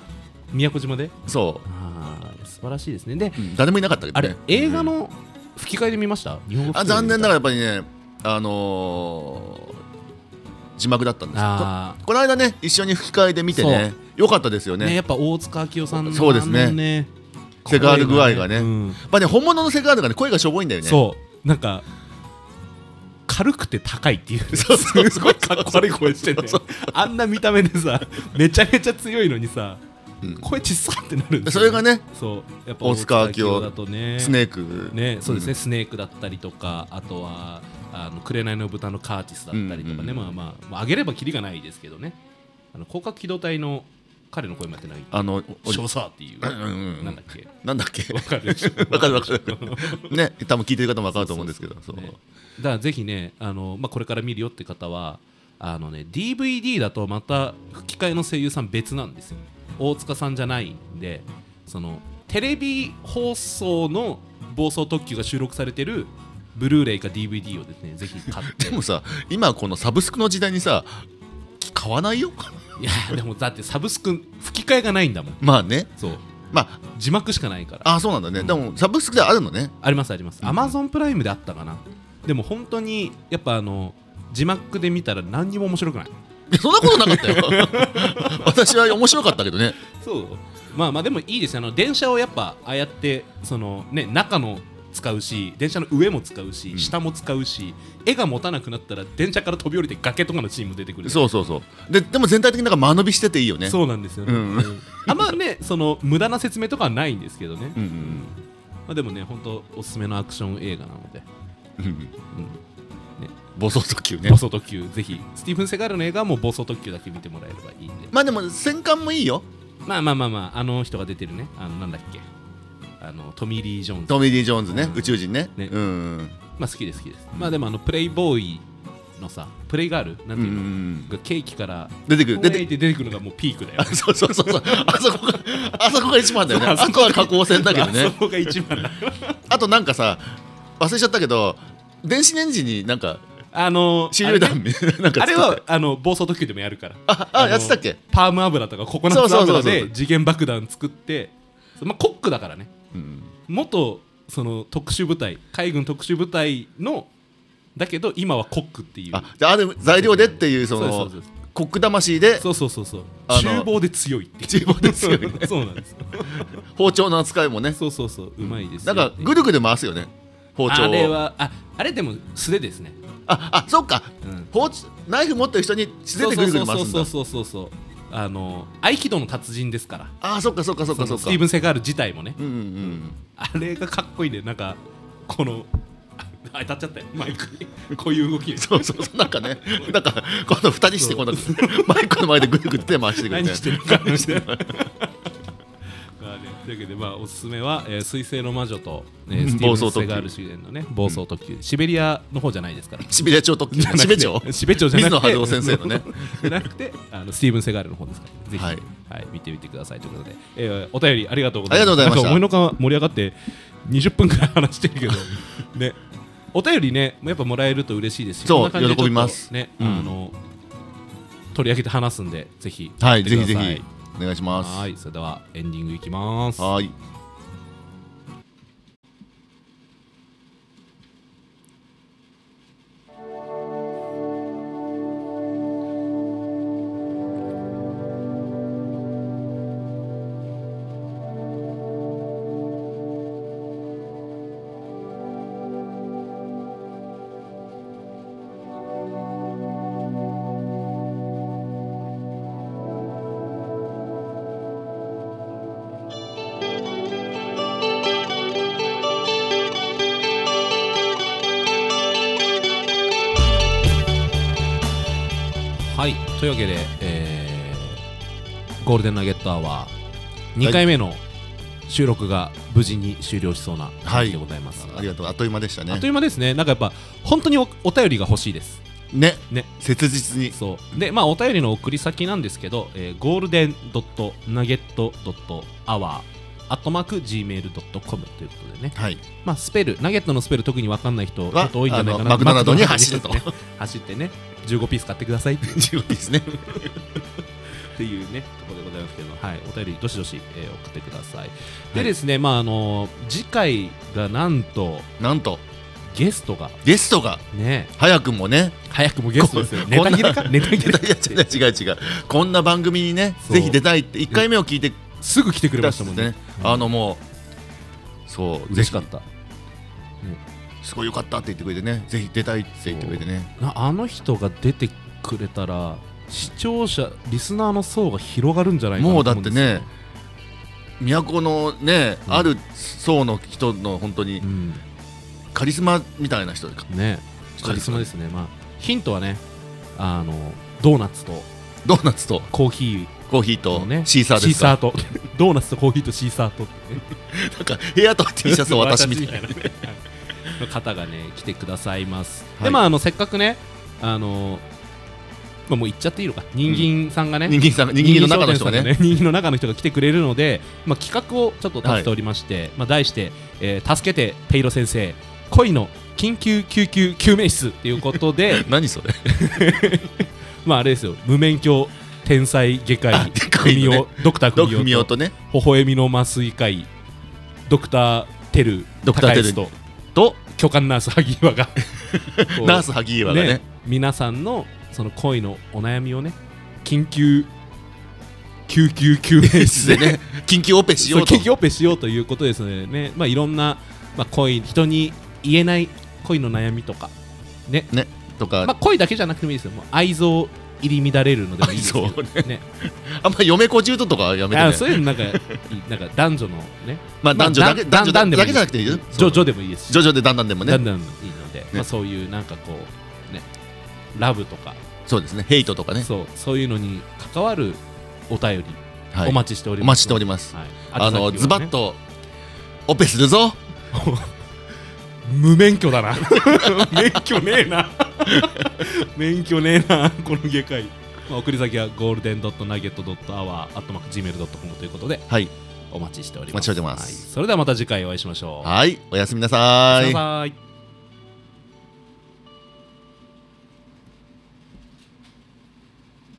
Speaker 1: 宮古島で
Speaker 2: そ
Speaker 1: ああ素晴らしいですねで
Speaker 2: う、うん誰もいなかったけど
Speaker 1: あ
Speaker 2: ね
Speaker 1: れ映画の吹き替えで見ました日本語吹き替え
Speaker 2: あ
Speaker 1: で見た
Speaker 2: 残念ながらやっぱりね、あのー字幕だったんですよ
Speaker 1: あ
Speaker 2: ここの間ね一緒に吹き替えで見てねよかったですよ
Speaker 1: あ
Speaker 2: ね
Speaker 1: ねやっぱ大塚明夫さんの
Speaker 2: そうですね
Speaker 1: あのね
Speaker 2: セガール具合がね
Speaker 1: うん
Speaker 2: やっぱね本物のセガールがね声がしょぼいんだよね
Speaker 1: そうなんか軽くて高いっていう
Speaker 2: そうそうそう
Speaker 1: すごいかっこ悪い声してんだよ
Speaker 2: そう
Speaker 1: あんな見た目でさめちゃめちゃ強いのにさ、
Speaker 2: うん
Speaker 1: 声ちっさってなるんです
Speaker 2: それがね
Speaker 1: そうやっぱ
Speaker 2: 大塚明夫
Speaker 1: だとね
Speaker 2: スネーク
Speaker 1: ねそうですね、
Speaker 2: うん
Speaker 1: スネークだったりとかあとはあの紅の豚のカーティスだったりとかね、
Speaker 2: うんうん
Speaker 1: まあまあ、まあ、上げればキリがないですけどねあの広角機動隊の彼の声もやってない
Speaker 2: あのお
Speaker 1: 少佐っていう、
Speaker 2: うんうんうん
Speaker 1: なんだっけ
Speaker 2: なんだっけ
Speaker 1: わかるでしょ
Speaker 2: わかるわかるね多分聞いてる方もわかると思うんですけどそう
Speaker 1: ねだからぜひねあの、まあ、これから見るよって方はあのね DVD だとまた吹き替えの声優さん別なんですよ大塚さんじゃないんでそのテレビ放送の暴走特急が収録されてるブルーレイか DVD をですねぜひ買って
Speaker 2: でもさ今このサブスクの時代にさ買わないよ
Speaker 1: いやでもだってサブスク吹き替えがないんだもん
Speaker 2: まあね
Speaker 1: そう
Speaker 2: ま
Speaker 1: 字幕しかないからあ
Speaker 2: ああそうなんだね、でもサブスクであるのね
Speaker 1: りますあります
Speaker 2: うん
Speaker 1: Amazon プライムであったかなでも本当にやっぱあの字幕で見たら何にも面白くない
Speaker 2: いやそんなことなかった よ私は面白かったけどね
Speaker 1: そうまあまあでもいいですよあの電車をやっぱああやってそのね中の使うし電車の上も使うし、
Speaker 2: うん
Speaker 1: 下も使うし絵が持たなくなったら電車から飛び降りて崖とかのシーンも出てくる
Speaker 2: そうそうそうででも全体的になんか間延びしてていいよね
Speaker 1: そうなんですよね、
Speaker 2: うん
Speaker 1: うんあんまねその無駄な説明とかはないんですけどね、
Speaker 2: うんうん
Speaker 1: まあ、でもね本当おすすめのアクション映画なので
Speaker 2: うんうん
Speaker 1: ね
Speaker 2: 暴走特急ね
Speaker 1: 暴走特急ぜひスティーブン・セガールの映画はもう暴走特急だけ見てもらえればいいんで
Speaker 2: まあでも戦艦もいいよ
Speaker 1: まあまあまあまああの人が出てるねあのなんだっけあのトミー・リー・ジョーンズ
Speaker 2: トミー・ディ・ジョーンズね、
Speaker 1: うん
Speaker 2: 宇宙人ね
Speaker 1: ね
Speaker 2: うん
Speaker 1: まあ好きです好きです。まあでもあのプレイボーイのさプレイガールなんていうの、
Speaker 2: うん
Speaker 1: がケーキから
Speaker 2: 出てくる出
Speaker 1: 出て
Speaker 2: て
Speaker 1: 出てくるのがもうピークだよ
Speaker 2: あそうそうそうそうあそこがあそこが一番だよね
Speaker 1: そうあ
Speaker 2: あ
Speaker 1: そ
Speaker 2: そこは加工船だけど
Speaker 1: あそ
Speaker 2: ね
Speaker 1: こが一 番だよ
Speaker 2: あとなんかさ忘れちゃったけど電子レンジになんか
Speaker 1: あの
Speaker 2: 手榴弾みたいななんか
Speaker 1: あれ
Speaker 2: 使っ
Speaker 1: は
Speaker 2: て
Speaker 1: あの暴走特急でもやるから
Speaker 2: ああやってたっけ
Speaker 1: パーム油とかココナッツ
Speaker 2: そうそうそ
Speaker 1: 油
Speaker 2: うそう
Speaker 1: で次元爆弾作ってまあコックだからね
Speaker 2: うん
Speaker 1: 元その特殊部隊海軍特殊部隊のだけど今はコックっていう
Speaker 2: あじゃああれ材料でっていうそ
Speaker 1: そ
Speaker 2: の
Speaker 1: うそうそう
Speaker 2: コック魂で
Speaker 1: そうそうそうそう
Speaker 2: あの
Speaker 1: 厨房で強いっていう
Speaker 2: 厨房で強い
Speaker 1: そうなんです
Speaker 2: 包丁の扱いもね
Speaker 1: そうそうそううまいです
Speaker 2: な
Speaker 1: よ
Speaker 2: んかぐるぐる回すよね包丁を
Speaker 1: あれはああれでも素手ですね
Speaker 2: ああそっか
Speaker 1: うん
Speaker 2: 包丁ナイフ持ってる人に素手でぐるぐる回すん
Speaker 1: そう
Speaker 2: だ
Speaker 1: そうそうそうそうあの合気道の達人ですから
Speaker 2: あそっかそっかそっかそ
Speaker 1: の
Speaker 2: っ
Speaker 1: ス
Speaker 2: か
Speaker 1: ティーブン・セガール自体もね
Speaker 2: うんうんうん
Speaker 1: あれがかっこいいねなんかこのあ当たっちゃったよマイクにこういう動きで
Speaker 2: そうそうそうなんかねなんか今度二人してこのマイクの前でぐるぐる手回してくる
Speaker 1: 何
Speaker 2: ね
Speaker 1: してるかみたいなまあねというわけで、まあ、おすすめは「えー彗星の魔女と」えー
Speaker 2: うん
Speaker 1: スティーブン
Speaker 2: 暴走特急
Speaker 1: セガール主演のね暴走特急、シベリアの方じゃないですから
Speaker 2: シベリア町特急
Speaker 1: じゃなくて
Speaker 2: シベ町
Speaker 1: シベ町じゃなくて
Speaker 2: 水野晴郎先生 のね
Speaker 1: じゃなくてあのスティーブン・セガールの方ですからぜひ、は
Speaker 2: はいい
Speaker 1: 見てみてくださいということで、えーお便りありがとうございます
Speaker 2: ありがとうございました
Speaker 1: なんか思いのほか盛り上がって20分くらい話してるけどねお便りねやっぱもらえると嬉しいですし
Speaker 2: そう
Speaker 1: こんな感じでちょっと
Speaker 2: 喜びます
Speaker 1: ね、
Speaker 2: うん
Speaker 1: あの取り上げて話すんでぜひ
Speaker 2: はい
Speaker 1: 見て
Speaker 2: ぜ
Speaker 1: く
Speaker 2: ひ
Speaker 1: ださ
Speaker 2: ぜひお願いします
Speaker 1: はいそれではエンディングいきます
Speaker 2: はーい
Speaker 1: はい、というわけで、えーゴールデンナゲットアワー2回目の収録が無事に終了しそうな感じでございます、
Speaker 2: ありがとうあっという間でした
Speaker 1: あっ
Speaker 2: ね
Speaker 1: という間ですねなんかやっぱ本当におお便りが欲しいです
Speaker 2: ね
Speaker 1: ね
Speaker 2: 切実に
Speaker 1: そうでまあお便りの送り先なんですけど、えー、ゴールデンドットナゲットドットアワーアットマーク Gmail.com ということでね
Speaker 2: はい
Speaker 1: まあ、スペルナゲットのスペル特に分かんない人ちょ
Speaker 2: は
Speaker 1: っと多いんじゃないかな
Speaker 2: あのマクドナルドに走ると
Speaker 1: マクドナルドに走ってね15ピース買ってくださいって
Speaker 2: 十分ですね
Speaker 1: っていうねところでございますけど、はい、お便りどしどし、えー送ってください。でですね、まああのー次回がなんと
Speaker 2: なんと
Speaker 1: ゲストが
Speaker 2: ゲストが
Speaker 1: ね
Speaker 2: 早くもね
Speaker 1: 早くもゲストですよ。
Speaker 2: こ
Speaker 1: ネタ切れかネタ切
Speaker 2: いや
Speaker 1: れ
Speaker 2: いや違う違う違うこんな番組にね
Speaker 1: そう
Speaker 2: ぜひ出たいって1回目を聞いて
Speaker 1: すぐ来てく
Speaker 2: く
Speaker 1: れま
Speaker 2: だ
Speaker 1: し
Speaker 2: さ
Speaker 1: たも
Speaker 2: っ
Speaker 1: ん
Speaker 2: て
Speaker 1: ね
Speaker 2: ね。あのもうそう
Speaker 1: 嬉しかった。
Speaker 2: すごいよかったって言ってくれてねぜひ出たいって言ってくれてね
Speaker 1: なあの人が出てくれたら視聴者リスナーの層が広がるんじゃないかな
Speaker 2: もう
Speaker 1: と
Speaker 2: だ
Speaker 1: 思
Speaker 2: っ
Speaker 1: ん
Speaker 2: て
Speaker 1: ですよ
Speaker 2: ね、都のね、
Speaker 1: うん
Speaker 2: ある層の人の本当に
Speaker 1: うん、
Speaker 2: カリスマみたいな人か
Speaker 1: ねカリスマですね。まあヒントはね、あのドーナツと
Speaker 2: ドーナツと
Speaker 1: コーヒー。
Speaker 2: コーヒーと
Speaker 1: ね、
Speaker 2: シーサーですか、
Speaker 1: とドーナツとコーヒーとシーサーとってね
Speaker 2: なんか部屋と T シャツを私みたい な
Speaker 1: 私みたいなの方がね来てくださいます、
Speaker 2: は
Speaker 1: で
Speaker 2: い
Speaker 1: まああのせっかくねあのまあ、もう言っちゃっていいのか人間さんがね、
Speaker 2: 人間さん人間の中の人
Speaker 1: 商
Speaker 2: が
Speaker 1: 店さん
Speaker 2: ね
Speaker 1: 人間の中の人が来てくれるので、まあ、企画をちょっと立てておりまして、まあ、題して、えー助けてペイロ先生恋の緊急救急救命室」っていうことで
Speaker 2: 何それ
Speaker 1: まああれですよ無免許天才外科 医
Speaker 2: あ外科医
Speaker 1: 文
Speaker 2: のね
Speaker 1: 雄ドクター
Speaker 2: ド
Speaker 1: 文
Speaker 2: クミ
Speaker 1: 雄
Speaker 2: オ
Speaker 1: と
Speaker 2: とね
Speaker 1: 微笑みの麻酔科医ドクターテル
Speaker 2: ドクターテル
Speaker 1: 高安と
Speaker 2: と
Speaker 1: 巨漢ナース萩岩がこう
Speaker 2: ナース萩岩がね
Speaker 1: 皆さんのその恋のお悩みをね緊急救急救 命室
Speaker 2: で
Speaker 1: で
Speaker 2: ね緊急オペしようと
Speaker 1: 緊急オペしようということですのでね、まあ、いろんな、まあ、恋人に言えない恋の悩みとか、ね
Speaker 2: ねとか、
Speaker 1: まあ、恋だけじゃなくてもいいですよもう愛憎入り乱れるのでもいいですけど
Speaker 2: 愛憎
Speaker 1: ね
Speaker 2: あんま嫁子中途とかはやめて
Speaker 1: あ
Speaker 2: ね
Speaker 1: そういうのなんかいいなんか男女のね
Speaker 2: まあ男女だけ
Speaker 1: まあ
Speaker 2: 男女
Speaker 1: だんだん
Speaker 2: だけじゃなくていいよ
Speaker 1: ジョジョでもいいですし
Speaker 2: 徐々でだんだんでも
Speaker 1: だんだ
Speaker 2: ね
Speaker 1: んいいので、まあ、そういうなんかこうねラブとか、
Speaker 2: そうですねヘイトとかね
Speaker 1: そうそういうのに関わるお便り、
Speaker 2: はい
Speaker 1: お待ちしております
Speaker 2: お待ちしております
Speaker 1: はい、
Speaker 2: あの
Speaker 1: 宛先はね
Speaker 2: ズバッとオペするぞ
Speaker 1: 無免許だな 免許ねえな 免許ねえなこの外科医、まあ、送り先はゴールデンドットナゲットドットアワーアットマーク Gmail.com ということで
Speaker 2: はい
Speaker 1: お待ちしております
Speaker 2: お待ちしております
Speaker 1: はいそれではまた次回お会いしましょう
Speaker 2: はいおやすみなさ
Speaker 1: おやす
Speaker 2: い
Speaker 1: みなさい